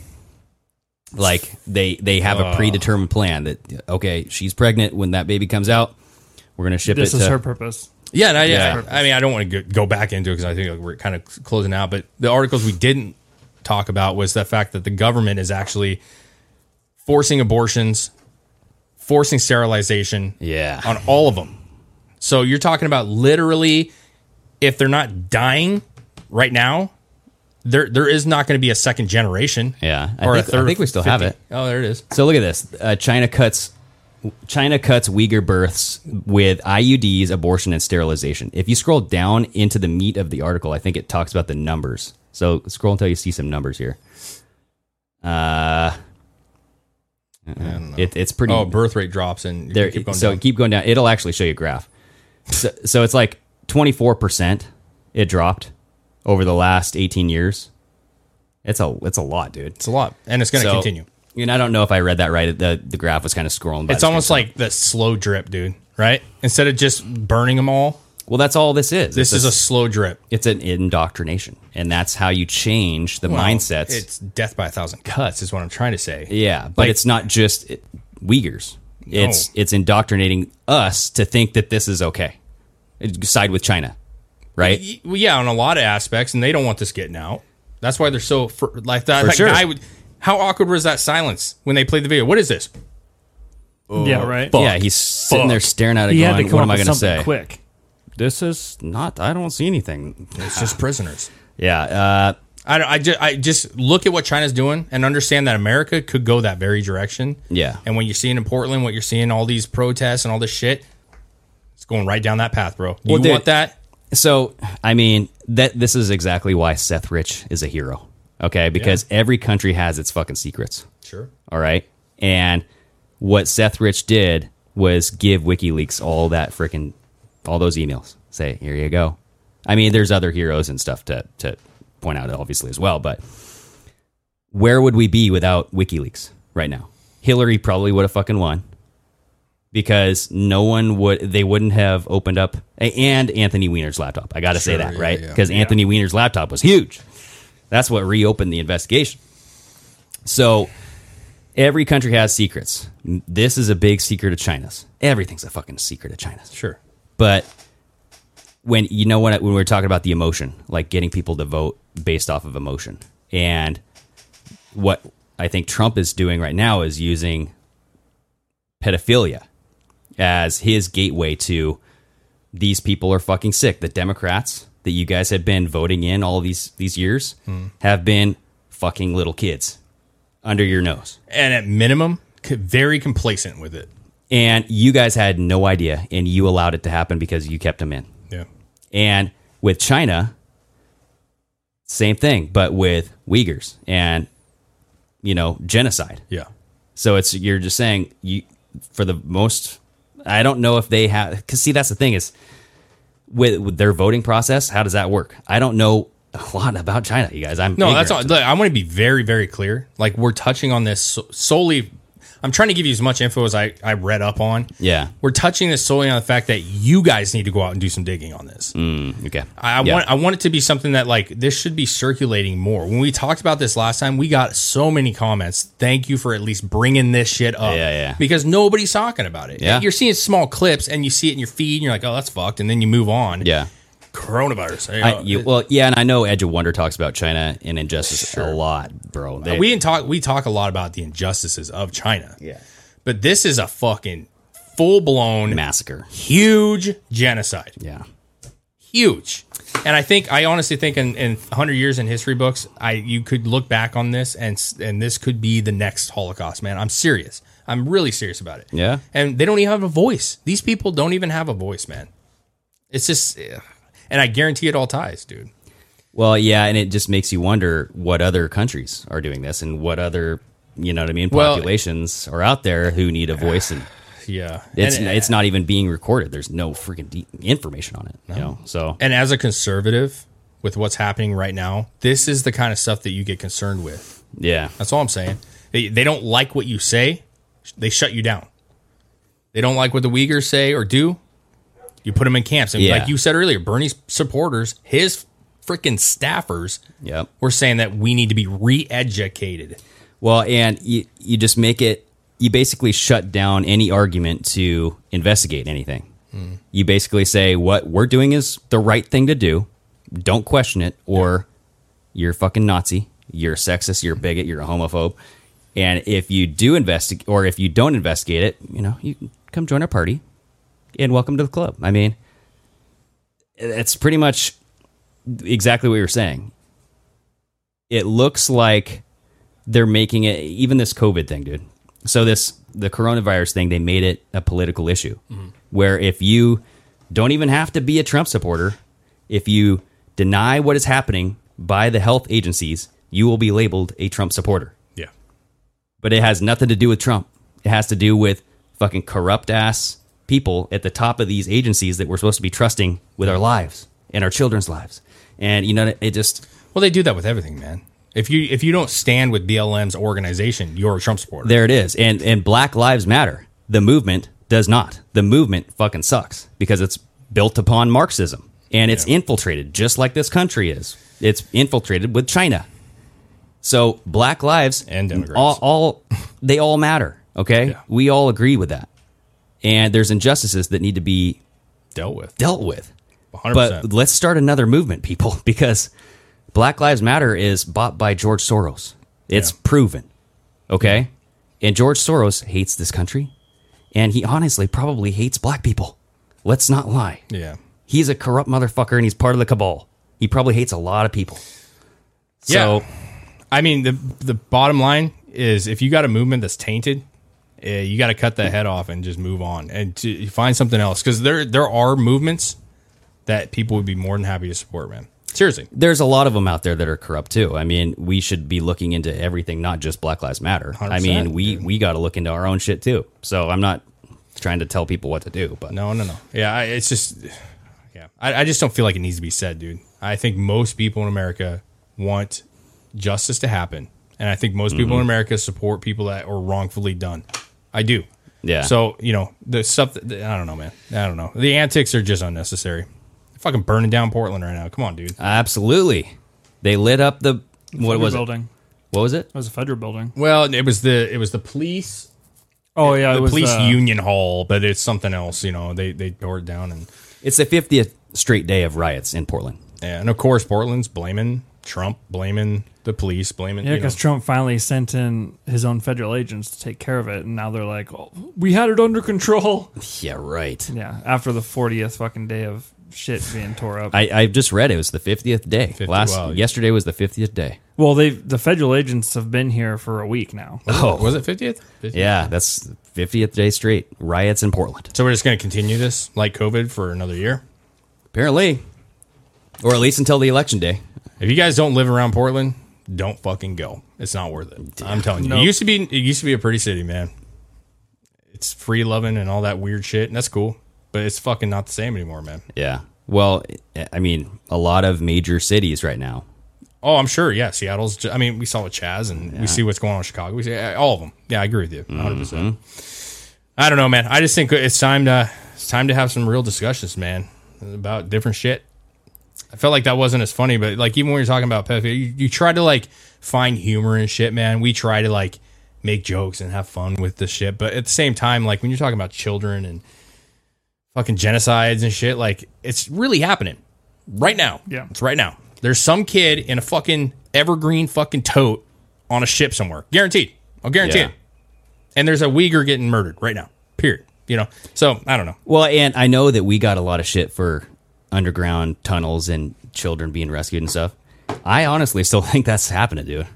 Speaker 7: Like they they have a
Speaker 8: Ugh.
Speaker 7: predetermined plan that okay, she's pregnant when that baby comes out, we're gonna ship
Speaker 9: This
Speaker 7: it.
Speaker 9: is
Speaker 7: to,
Speaker 9: her purpose.
Speaker 8: Yeah, and I,
Speaker 7: Yeah.
Speaker 8: I, I mean, I don't want to go back into it because I think like, we're kind of closing out. But the articles we didn't talk about was the fact that the government is actually forcing abortions, forcing sterilization
Speaker 7: Yeah.
Speaker 8: on all of them. So you're talking about literally, if they're not dying right now, there there is not going to be a second generation.
Speaker 7: Yeah, I
Speaker 8: or
Speaker 7: think-
Speaker 8: a
Speaker 7: I
Speaker 8: third.
Speaker 7: think we still have it.
Speaker 8: Oh, there it is.
Speaker 7: So look at this. Uh, China cuts China cuts Uyghur births with IUDs, abortion, and sterilization. If you scroll down into the meat of the article, I think it talks about the numbers. So scroll until you see some numbers here. Uh, it, it's pretty.
Speaker 8: Oh, birth rate drops and you
Speaker 7: there,
Speaker 8: keep going
Speaker 7: so
Speaker 8: down.
Speaker 7: keep going down. It'll actually show you a graph. So, so it's like 24% it dropped over the last 18 years. It's a it's a lot, dude.
Speaker 8: It's a lot, and it's going to
Speaker 7: So-
Speaker 8: continue.
Speaker 7: And I don't know if I read that right. The the graph was kind of scrolling. By
Speaker 8: It's almost like the slow drip, dude. Right? Instead of just burning them all,
Speaker 7: well, that's all this is.
Speaker 8: this is a slow drip.
Speaker 7: it's an indoctrination, and that's how you change the
Speaker 8: Well,
Speaker 7: mindsets.
Speaker 8: Oh, It's death by a thousand cuts, is what I'm trying to say.
Speaker 7: yeah, but
Speaker 8: like-
Speaker 7: it's not just it, Uyghurs. It's it's indoctrinating us to think that this is okay. Side with China, right?
Speaker 8: Y- well, yeah, on a lot of aspects, and they don't want this getting out. That's why they're so fr- like that.
Speaker 7: For
Speaker 8: that
Speaker 7: sure.
Speaker 8: guy would. How awkward was that silence when they played the video? What is this?
Speaker 9: yeah, right.
Speaker 7: Yeah, he's sitting
Speaker 9: Fuck.
Speaker 7: there staring at it,
Speaker 9: He had to
Speaker 7: going,
Speaker 9: come
Speaker 7: "What
Speaker 9: up
Speaker 7: am I
Speaker 9: with
Speaker 7: going to
Speaker 9: something
Speaker 7: say?"
Speaker 9: Quick.
Speaker 7: This is not. I don't see anything.
Speaker 8: It's just prisoners.
Speaker 7: Yeah. Uh,
Speaker 8: I, don't- I, just, I just look at what China's doing and understand that America could go that very direction.
Speaker 7: yeah.
Speaker 8: And when you're seeing in Portland, what you're seeing, all these protests and all this shit, it's going right down that path, bro. You
Speaker 7: Well, dude-
Speaker 8: want that?
Speaker 7: So, I mean, that this is exactly why Seth Rich is a hero. Okay, because every country has its fucking secrets.
Speaker 8: Sure.
Speaker 7: All right, and what Seth Rich did was give WikiLeaks all that freaking all those emails. Say, here you go. I mean, there's other heroes and stuff to to point out, obviously as well. But where would we be without WikiLeaks right now? Hillary probably would have fucking won because no one would they wouldn't have opened up a- and Anthony Weiner's laptop. I got to say
Speaker 8: Sure,
Speaker 7: that,
Speaker 8: yeah,
Speaker 7: right?
Speaker 8: yeah.
Speaker 7: Because Anthony Weiner's laptop was huge. That's what reopened the investigation. So every country has secrets. This is a big secret of China's. Everything's a fucking secret of China's.
Speaker 8: Sure.
Speaker 7: But when you know when, I- when we were talking about the emotion, like getting people to vote based off of emotion, and what I think Trump is doing right now is using pedophilia as his gateway to these people are fucking sick. The Democrats that you guys have been voting in all these these years have been fucking little kids under your nose.
Speaker 8: And at minimum, c- very complacent with it.
Speaker 7: And you guys had no idea and you allowed it to happen because you kept them in.
Speaker 8: Yeah.
Speaker 7: And with China, same thing, but with Uyghurs and you know, genocide.
Speaker 8: Yeah.
Speaker 7: So it's you're just saying you for the most. I don't know if they have because see that's the thing is with, with their voting process. How does that work? I don't know a lot about China, you guys. I'm
Speaker 8: No, that's all.
Speaker 7: ignorant.
Speaker 8: Look, I want to be very, very clear. Like we're touching on this so- solely. I'm trying to give you as much info as I, I read up on.
Speaker 7: Yeah.
Speaker 8: We're touching this solely on the fact that you guys need to go out and do some digging on this.
Speaker 7: Mm, okay.
Speaker 8: I, I
Speaker 7: Yeah.
Speaker 8: want I want it to be something that like this should be circulating more. When we talked about this last time, we got so many comments. Thank you for at least bringing this shit up.
Speaker 7: Yeah, yeah.
Speaker 8: Because nobody's talking about it.
Speaker 7: Yeah.
Speaker 8: You're seeing small clips and you see it in your feed and you're like, oh, that's fucked, and then you move on.
Speaker 7: Yeah.
Speaker 8: Coronavirus. You
Speaker 7: I,
Speaker 8: know,
Speaker 7: you,
Speaker 8: it-
Speaker 7: well, yeah, and I know Edge of Wonder talks about China and injustice a lot, bro. They-
Speaker 8: Uh, we didn't talk. We talk a lot about the injustices of China.
Speaker 7: Yeah.
Speaker 8: But this is a fucking full blown
Speaker 7: massacre,
Speaker 8: huge genocide.
Speaker 7: Yeah.
Speaker 8: Huge. And I think I honestly think in, in 100 years in history books, I you could look back on this and s- and this could be the next Holocaust, man. I'm serious. I'm really serious about it.
Speaker 7: yeah.
Speaker 8: And they don't even have a voice. These people don't even have a voice, man. It's just ugh. and I guarantee it all ties, dude.
Speaker 7: Well, yeah, and it just makes you wonder what other countries are doing this and what other, you know what I mean,
Speaker 8: Well-
Speaker 7: populations are out there who need a voice and
Speaker 8: Yeah.
Speaker 7: it's
Speaker 8: And- uh,
Speaker 7: it's not even being recorded. There's no freaking de- information on it, you know. So,
Speaker 8: And as a conservative with what's happening right now, this is the kind of stuff that you get concerned with.
Speaker 7: yeah.
Speaker 8: That's all I'm saying. They, they don't like what you say, they shut you down. They don't like what the Uyghurs say or do, you put them in camps. And
Speaker 7: Yeah.
Speaker 8: like you said earlier, Bernie's supporters, his freaking staffers,
Speaker 7: Yep.
Speaker 8: were saying that we need to be re educated.
Speaker 7: Well, and you, you just make it, you basically shut down any argument to investigate anything. You basically say, what we're doing is the right thing to do. Don't question it, or you're fucking Nazi, you're sexist, you're a bigot, you're a homophobe. And if you do investigate, or if you don't investigate it, you know, you can come join our party and welcome to the club. I mean, it's pretty much exactly what you were saying. It looks like they're making it even this COVID thing, dude. So this the coronavirus thing, they made it a political issue where if you don't even have to be a Trump supporter, if you deny what is happening by the health agencies, you will be labeled a Trump supporter.
Speaker 8: Yeah.
Speaker 7: But it has nothing to do with Trump. It has to do with fucking corrupt ass people at the top of these agencies that we're supposed to be trusting with our lives and our children's lives. And you know it just
Speaker 8: Well, they do that with everything, man. If you if you don't stand with BLM's organization, you're a Trump supporter.
Speaker 7: There it is. And and Black Lives Matter, the movement does not. The movement fucking sucks because it's built upon Marxism and it's infiltrated just like this country is. It's infiltrated with China. So black lives
Speaker 8: And immigrants.
Speaker 7: all, all they all matter, okay? We all agree with that. And there's injustices that need to be
Speaker 8: Dealt with.
Speaker 7: dealt with.
Speaker 8: 100%.
Speaker 7: But let's start another movement, people, because Black Lives Matter is bought by George Soros. It's
Speaker 8: Yeah.
Speaker 7: proven. Okay? And George Soros hates this country, and he honestly probably hates black people. Let's not lie.
Speaker 8: yeah.
Speaker 7: He's a corrupt motherfucker and he's part of the cabal. He probably hates a lot of people. So,
Speaker 8: Yeah. I mean, the the bottom line is if you got a movement that's tainted, eh, you got to cut that head off and just move on and to find something else because there there are movements that people would be more than happy to support, man. Seriously,
Speaker 7: there's a lot of them out there that are corrupt too. I mean, we should be looking into everything, not just Black Lives Matter. I
Speaker 8: 100%,
Speaker 7: mean, we we got to look into our own shit too. So I'm not trying to tell people what to do, but
Speaker 8: no, no, no. Yeah, I, it's just yeah. I, I just don't feel like it needs to be said, dude. I think most people in America want justice to happen, and I think most people in America support people that are wrongfully done. I do.
Speaker 7: yeah.
Speaker 8: So you know the stuff. That, I don't know, man. I don't know. The antics are just unnecessary. Fucking burning down Portland right now. Come on, dude.
Speaker 7: absolutely, they lit up the what was it?
Speaker 9: building.
Speaker 7: What was it?
Speaker 9: It was a federal building.
Speaker 8: Well, it was the it was the police
Speaker 9: Oh yeah, it
Speaker 8: the
Speaker 9: was
Speaker 8: police
Speaker 9: uh,
Speaker 8: union hall, but it's something else. You know they they tore it down and
Speaker 7: It's the 50th straight day of riots in Portland.
Speaker 8: yeah, and of course Portland's blaming Trump, blaming the police, blaming
Speaker 9: Yeah,
Speaker 8: you know.
Speaker 9: because Trump finally sent in his own federal agents to take care of it, and now they're like, oh, "We had it under control."
Speaker 7: Yeah, right.
Speaker 9: Yeah, after the fortieth fucking day of shit being tore up.
Speaker 7: I, I just read it was the 50th day.
Speaker 8: 50
Speaker 7: Last
Speaker 8: wow.
Speaker 7: yesterday was the 50th day.
Speaker 9: well, they the federal agents have been here for a week now.
Speaker 7: Oh,
Speaker 8: was it fiftieth?
Speaker 7: yeah, that's 50th day straight riots in Portland.
Speaker 8: So we're just gonna continue this like COVID for another year.
Speaker 7: Apparently, or at least until the election day.
Speaker 8: If you guys don't live around Portland, don't fucking go. It's not worth it. I'm telling you. It used to be it used to be a pretty city, man. It's free loving and all that weird shit, and that's cool. But it's fucking not the same anymore, man.
Speaker 7: Yeah. Well, I mean, a lot of major cities right now
Speaker 8: Oh, I'm sure. Yeah, Seattle's. ju- I mean, we saw with Chaz, and
Speaker 12: Yeah.
Speaker 8: we see what's going on in Chicago. We see uh, all of them. Yeah, I agree with you, 100. percent I don't know, man. I just think it's time to it's time to have some real discussions, man, about different shit. I felt like that wasn't as funny, but like even when you're talking about Pepe, you, you try to like find humor and shit, man. We try to like make jokes and have fun with this shit, but at the same time, like when you're talking about children and fucking genocides and shit, like it's really happening right now.
Speaker 9: Yeah.
Speaker 8: it's right now. There's some kid in a fucking evergreen fucking tote on a ship somewhere, guaranteed. I'll guarantee
Speaker 7: Yeah.
Speaker 8: it. And there's a Uyghur getting murdered right now. Period. You know. So I don't know.
Speaker 7: Well, and I know that we got a lot of shit for underground tunnels and children being rescued and stuff. I honestly still think that's happening, dude.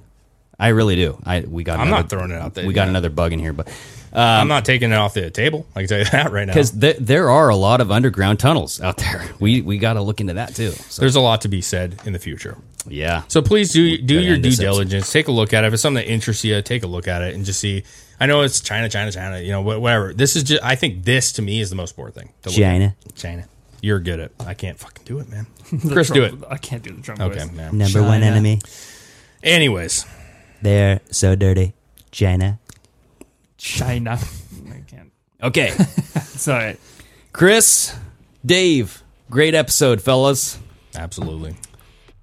Speaker 7: I really do. I we got.
Speaker 8: I'm
Speaker 7: another-
Speaker 8: not throwing it out there,
Speaker 7: We got
Speaker 8: yeah.
Speaker 7: another bug in here, but um,
Speaker 8: I'm not taking it off the table. I can tell you that right now.
Speaker 7: because th- there are a lot of underground tunnels out there. We we got to look into that too. So,
Speaker 8: There's a lot to be said in the future.
Speaker 7: yeah.
Speaker 8: So please do do
Speaker 7: Gotta
Speaker 8: your
Speaker 7: end
Speaker 8: due
Speaker 7: this episode.
Speaker 8: diligence. Take a look at it. If it's something that interests you, take a look at it and just see. I know it's China, China, China. You know, wh- whatever. This is just. I think this to me is the most important thing. to look at.
Speaker 7: China.
Speaker 8: China. You're good at. I can't fucking do it, man.
Speaker 9: The
Speaker 8: Chris, do it.
Speaker 9: drum- I can't do the drum
Speaker 8: Okay,
Speaker 9: voice.
Speaker 8: man. Number one China. enemy. Anyways,
Speaker 7: They're so dirty, China.
Speaker 9: China. I can't.
Speaker 7: Okay,
Speaker 9: It's all right.
Speaker 7: Chris, Dave, great episode, fellas.
Speaker 8: Absolutely.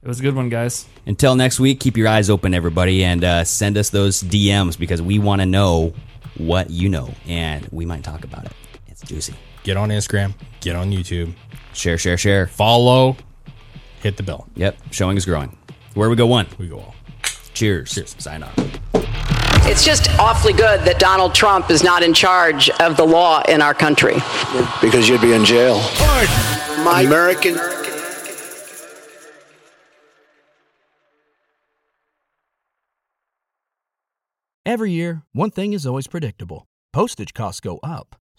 Speaker 9: It was a good one, guys.
Speaker 7: Until next week, keep your eyes open, everybody, and uh, send us those DMs because we want to know what you know, and we might talk about it. It's juicy.
Speaker 8: get on Instagram. Get on YouTube.
Speaker 7: Share, share, share.
Speaker 8: Follow. Hit the bell.
Speaker 7: Yep, showing is growing. Where we go one,
Speaker 8: we go all.
Speaker 7: Cheers. Cheers. Sign off.
Speaker 5: It's just awfully good that Donald Trump is not in charge of the law in our country.
Speaker 3: Because you'd be in jail.
Speaker 5: My
Speaker 3: American
Speaker 13: Every year, one thing is always predictable postage costs go up.